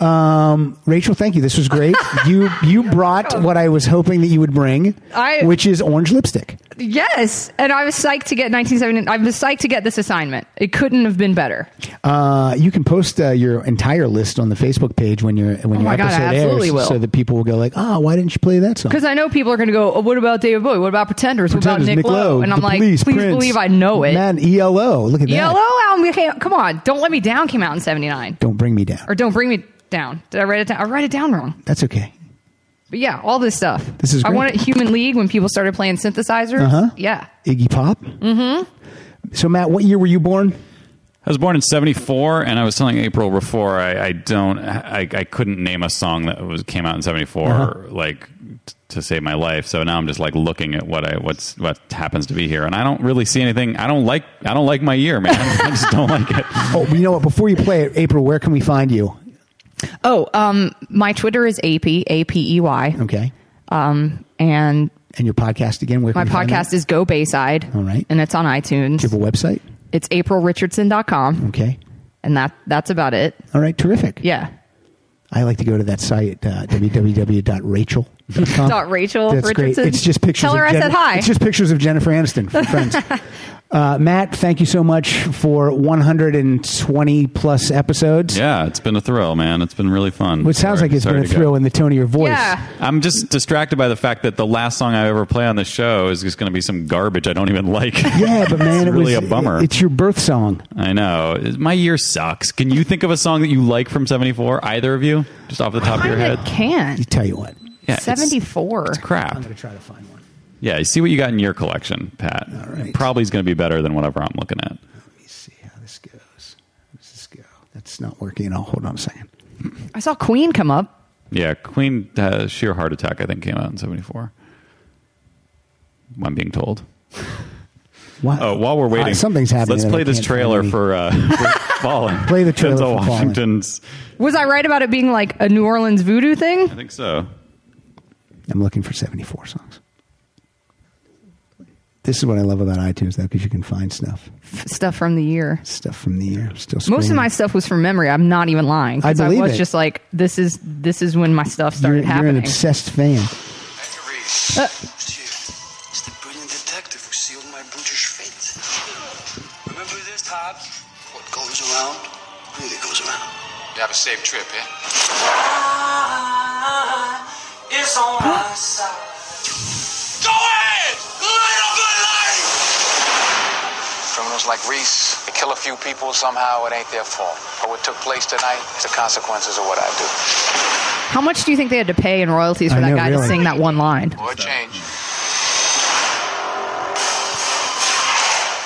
[SPEAKER 2] Um, Rachel, thank you. This was
[SPEAKER 4] [LAUGHS]
[SPEAKER 2] great. you you brought what I was hoping that you would bring,
[SPEAKER 4] Oh. I-
[SPEAKER 2] which is orange lipstick.
[SPEAKER 4] yes. And I was psyched to get 1970. I was psyched to get this assignment. It couldn't have been better.
[SPEAKER 2] Uh, you can post uh, your entire list on the Facebook page when your when
[SPEAKER 4] Oh
[SPEAKER 2] your
[SPEAKER 4] my God, I
[SPEAKER 2] episode
[SPEAKER 4] absolutely
[SPEAKER 2] airs,
[SPEAKER 4] will.
[SPEAKER 2] so that people will go like, "Ah, why didn't you play that song?"
[SPEAKER 4] Because I know people are going to go, oh, what about David Bowie? What about Pretenders?
[SPEAKER 2] Pretenders,
[SPEAKER 4] what about Nick, Lowe? And I'm
[SPEAKER 2] The
[SPEAKER 4] like,
[SPEAKER 2] Police,
[SPEAKER 4] please
[SPEAKER 2] Prince,
[SPEAKER 4] believe I know it. E
[SPEAKER 2] Man, ELO. Look at
[SPEAKER 4] Yellow
[SPEAKER 2] that.
[SPEAKER 4] album. came- Come on. Don't Let Me Down came out in 79.
[SPEAKER 2] Don't bring me down.
[SPEAKER 4] Or Don't Bring Me Down. Did I write it down? I write it down wrong.
[SPEAKER 2] That's okay.
[SPEAKER 4] But yeah, all this stuff.
[SPEAKER 2] This is
[SPEAKER 4] I
[SPEAKER 2] great.
[SPEAKER 4] wanted Human League when people started playing synthesizers.
[SPEAKER 2] Uh-huh.
[SPEAKER 4] Yeah.
[SPEAKER 2] Iggy Pop.
[SPEAKER 4] Mm-hmm.
[SPEAKER 2] So Matt, what year were you born?
[SPEAKER 3] I was born in '74, and I was telling April before I, I don't I, I couldn't name a song that was came out in '74
[SPEAKER 2] Uh-huh.
[SPEAKER 3] like t- to save my life. So now I'm just like looking at what I what's what happens to be here, and I don't really see anything. I don't like I don't like my year, man. [LAUGHS] I just don't
[SPEAKER 2] [LAUGHS]
[SPEAKER 3] like it.
[SPEAKER 2] Oh, you know what? Before you play it, April, where can we find you?
[SPEAKER 4] Oh, um, my Twitter is AP, A-P-E-Y.
[SPEAKER 2] Okay.
[SPEAKER 4] E Um, and
[SPEAKER 2] And your podcast again? Where
[SPEAKER 4] my
[SPEAKER 2] can we find
[SPEAKER 4] podcast
[SPEAKER 2] that?
[SPEAKER 4] is Go Bayside.
[SPEAKER 2] All right.
[SPEAKER 4] And it's on iTunes.
[SPEAKER 2] Do you have a website?
[SPEAKER 4] It's aprilrichardson.com.
[SPEAKER 2] Okay.
[SPEAKER 4] And that that's about it.
[SPEAKER 2] All right. Terrific.
[SPEAKER 4] Yeah.
[SPEAKER 2] I like to go to that site uh,
[SPEAKER 4] [LAUGHS]
[SPEAKER 2] www.rachel.com.
[SPEAKER 4] Dot Rachel
[SPEAKER 2] That's
[SPEAKER 4] Richardson.
[SPEAKER 2] great. It's just pictures.
[SPEAKER 4] Tell her
[SPEAKER 2] of
[SPEAKER 4] I said hi.
[SPEAKER 2] It's just pictures of Jennifer Aniston from
[SPEAKER 4] [LAUGHS]
[SPEAKER 2] Friends. uh, Matt, thank you so much for 120 plus episodes.
[SPEAKER 3] Yeah, it's been a thrill, man. It's been really fun.
[SPEAKER 2] Which sounds
[SPEAKER 3] Sorry-
[SPEAKER 2] like it's
[SPEAKER 3] sorry
[SPEAKER 2] been a
[SPEAKER 3] to go.
[SPEAKER 2] thrill in the tone of your voice.
[SPEAKER 3] I'm just distracted by the fact that the last song I ever play on the show is just going to be some garbage I don't even like.
[SPEAKER 2] [LAUGHS] Yeah, but man,
[SPEAKER 3] It's
[SPEAKER 2] it
[SPEAKER 3] really
[SPEAKER 2] was,
[SPEAKER 3] a bummer.
[SPEAKER 2] It's your birth song.
[SPEAKER 3] I know. My year sucks. Can you think of a song that you like from 74? Either of you? Just off the top of your
[SPEAKER 4] I
[SPEAKER 3] head?
[SPEAKER 4] can't.
[SPEAKER 2] You tell you what.
[SPEAKER 3] Yeah, it's-
[SPEAKER 4] 74.
[SPEAKER 3] It's crap.
[SPEAKER 2] to try to find one.
[SPEAKER 3] Yeah, you see what you got in your collection, Pat. All
[SPEAKER 2] right.
[SPEAKER 3] Probably is going to be better than whatever I'm looking at.
[SPEAKER 2] Let me see how this goes. How does this go? That's not working at all. Hold on a second.
[SPEAKER 4] I saw Queen come up.
[SPEAKER 3] Yeah, Queen uh, Sheer Heart Attack, I think, came out in 74. I'm being told.
[SPEAKER 2] What?
[SPEAKER 3] Oh, while we're waiting,
[SPEAKER 2] Uh, something's happening
[SPEAKER 3] Let's
[SPEAKER 2] that
[SPEAKER 3] play
[SPEAKER 2] I
[SPEAKER 3] this
[SPEAKER 2] can't find
[SPEAKER 3] trailer
[SPEAKER 2] any-
[SPEAKER 3] for, uh, [LAUGHS] for Fallen.
[SPEAKER 2] Play the trailer
[SPEAKER 3] Denzel
[SPEAKER 2] for Fallen.
[SPEAKER 3] Washington's.
[SPEAKER 4] Was I right about it being like a New Orleans voodoo thing?
[SPEAKER 3] I think so.
[SPEAKER 2] I'm looking for 74 songs. This is what I love about iTunes, though, because you can find stuff,
[SPEAKER 4] stuff from the year.
[SPEAKER 2] stuff from the year. Still,
[SPEAKER 4] Most of my stuff was from memory. I'm not even lying. 'cause
[SPEAKER 2] I believe
[SPEAKER 4] was
[SPEAKER 2] it.
[SPEAKER 4] just like, this is this is when my stuff
[SPEAKER 2] you're,
[SPEAKER 4] started
[SPEAKER 2] you're an
[SPEAKER 4] happening.
[SPEAKER 2] obsessed fan.
[SPEAKER 4] Uh,
[SPEAKER 13] It's the brilliant detective who sealed my brutish fate. Remember this, Hobbs? What goes around really goes around. You have a safe trip, eh?
[SPEAKER 12] It's on our side. Go ahead! Light up the
[SPEAKER 13] Criminals like Reese, they kill a few people, somehow it ain't their fault. But what took place tonight, it's the consequences of what I do.
[SPEAKER 4] how much do you think they had to pay in royalties for
[SPEAKER 13] I
[SPEAKER 4] that
[SPEAKER 13] know,
[SPEAKER 4] guy
[SPEAKER 13] really.
[SPEAKER 4] to sing that one line?
[SPEAKER 13] Or change.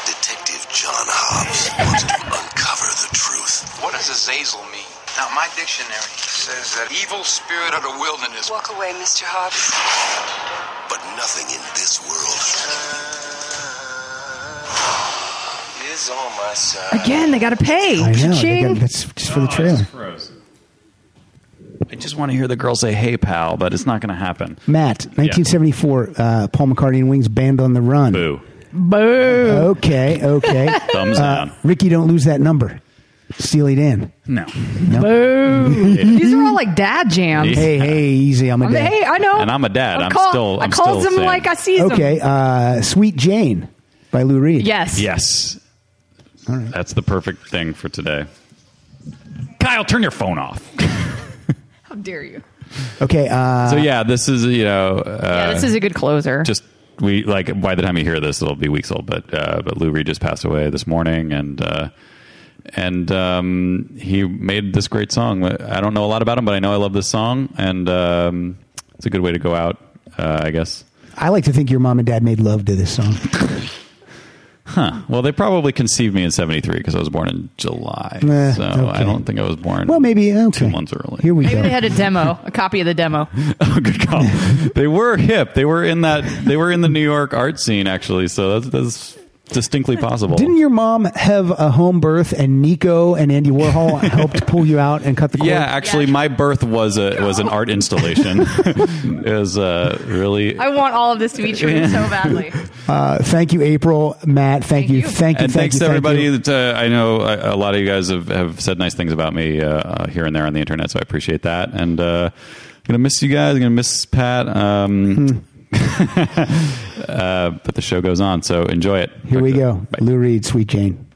[SPEAKER 13] Detective John Hobbs wants to uncover the truth. What does Azazel mean? Now, my dictionary says that evil spirit of the wilderness. Walk away, Mr. Hobbs. But nothing in this world
[SPEAKER 10] Is on my side.
[SPEAKER 4] Again, they got to pay.
[SPEAKER 2] I know. They
[SPEAKER 4] Cha-ching.
[SPEAKER 2] got, that's just
[SPEAKER 3] Oh,
[SPEAKER 2] for the trailer.
[SPEAKER 3] I just want to hear the girl say, "Hey, pal," but it's not going to happen.
[SPEAKER 2] Matt, 1974, uh, Paul McCartney and Wings, Band on the Run. Boo.
[SPEAKER 4] Boo.
[SPEAKER 2] Okay, okay.
[SPEAKER 3] [LAUGHS] Thumbs
[SPEAKER 2] Uh, Ricky, don't lose that number. Steely Dan.
[SPEAKER 3] No. [LAUGHS]
[SPEAKER 4] Boo. These are all like dad jams.
[SPEAKER 2] Hey, hey, easy. I'm a
[SPEAKER 4] I'm-
[SPEAKER 2] dad.
[SPEAKER 4] hey, I know.
[SPEAKER 3] And I'm a dad.
[SPEAKER 4] I
[SPEAKER 3] I'm
[SPEAKER 4] call-
[SPEAKER 3] still-
[SPEAKER 4] I
[SPEAKER 3] I'm
[SPEAKER 4] calls
[SPEAKER 3] still
[SPEAKER 4] them
[SPEAKER 3] saying-
[SPEAKER 4] like I sees them.
[SPEAKER 2] Okay, uh, Sweet Jane by Lou Reed.
[SPEAKER 4] Yes.
[SPEAKER 3] Yes. That's the perfect thing for today. Kyle, turn your phone off.
[SPEAKER 4] How dare you?
[SPEAKER 2] Okay. Uh,
[SPEAKER 3] so yeah, this is you know. Uh,
[SPEAKER 4] yeah, this is a good closer.
[SPEAKER 3] Just we like by the time you hear this, it'll be weeks old. But uh, but Lou Reed just passed away this morning, and uh, and um, he made this great song. I don't know a lot about him, but I know I love this song, and um, it's a good way to go out, uh, I guess.
[SPEAKER 2] I like to think your mom and dad made love to this song.
[SPEAKER 3] Huh. Well, they probably conceived me in '73 because I was born in July,
[SPEAKER 2] Eh,
[SPEAKER 3] so
[SPEAKER 2] okay.
[SPEAKER 3] I don't think I was born.
[SPEAKER 2] Well,
[SPEAKER 3] [LAUGHS]
[SPEAKER 2] maybe uh, okay.
[SPEAKER 3] two months early.
[SPEAKER 2] Here we
[SPEAKER 4] Maybe
[SPEAKER 2] go.
[SPEAKER 4] they had a demo, a copy of the demo.
[SPEAKER 2] [LAUGHS]
[SPEAKER 3] they were hip. They were in that. They were in the New York art scene actually. So that's, that's distinctly possible.
[SPEAKER 2] Didn't your mom have a home birth and Nico and Andy
[SPEAKER 3] [LAUGHS]
[SPEAKER 2] Warhol helped pull you out and cut the cord?
[SPEAKER 3] yeah, actually, my birth was a was an art
[SPEAKER 2] [LAUGHS]
[SPEAKER 3] installation. [LAUGHS] it was uh, really.
[SPEAKER 4] I want all of this to be true so badly.
[SPEAKER 2] Uh, thank you, April, Matt. Thank, you. Thank you. thank
[SPEAKER 3] and thanks
[SPEAKER 2] you,
[SPEAKER 3] to
[SPEAKER 2] thank
[SPEAKER 3] everybody
[SPEAKER 2] you.
[SPEAKER 3] that uh, I know. A, a lot of you guys have, have said nice things about me uh, uh, here and there on the internet, so I appreciate that. And uh, I'm gonna miss you guys. I'm gonna miss Pat. Um,
[SPEAKER 2] Hmm.
[SPEAKER 3] [LAUGHS] uh, but the show goes on, so enjoy it.
[SPEAKER 2] Here we go. Lou Reed, Sweet Jane.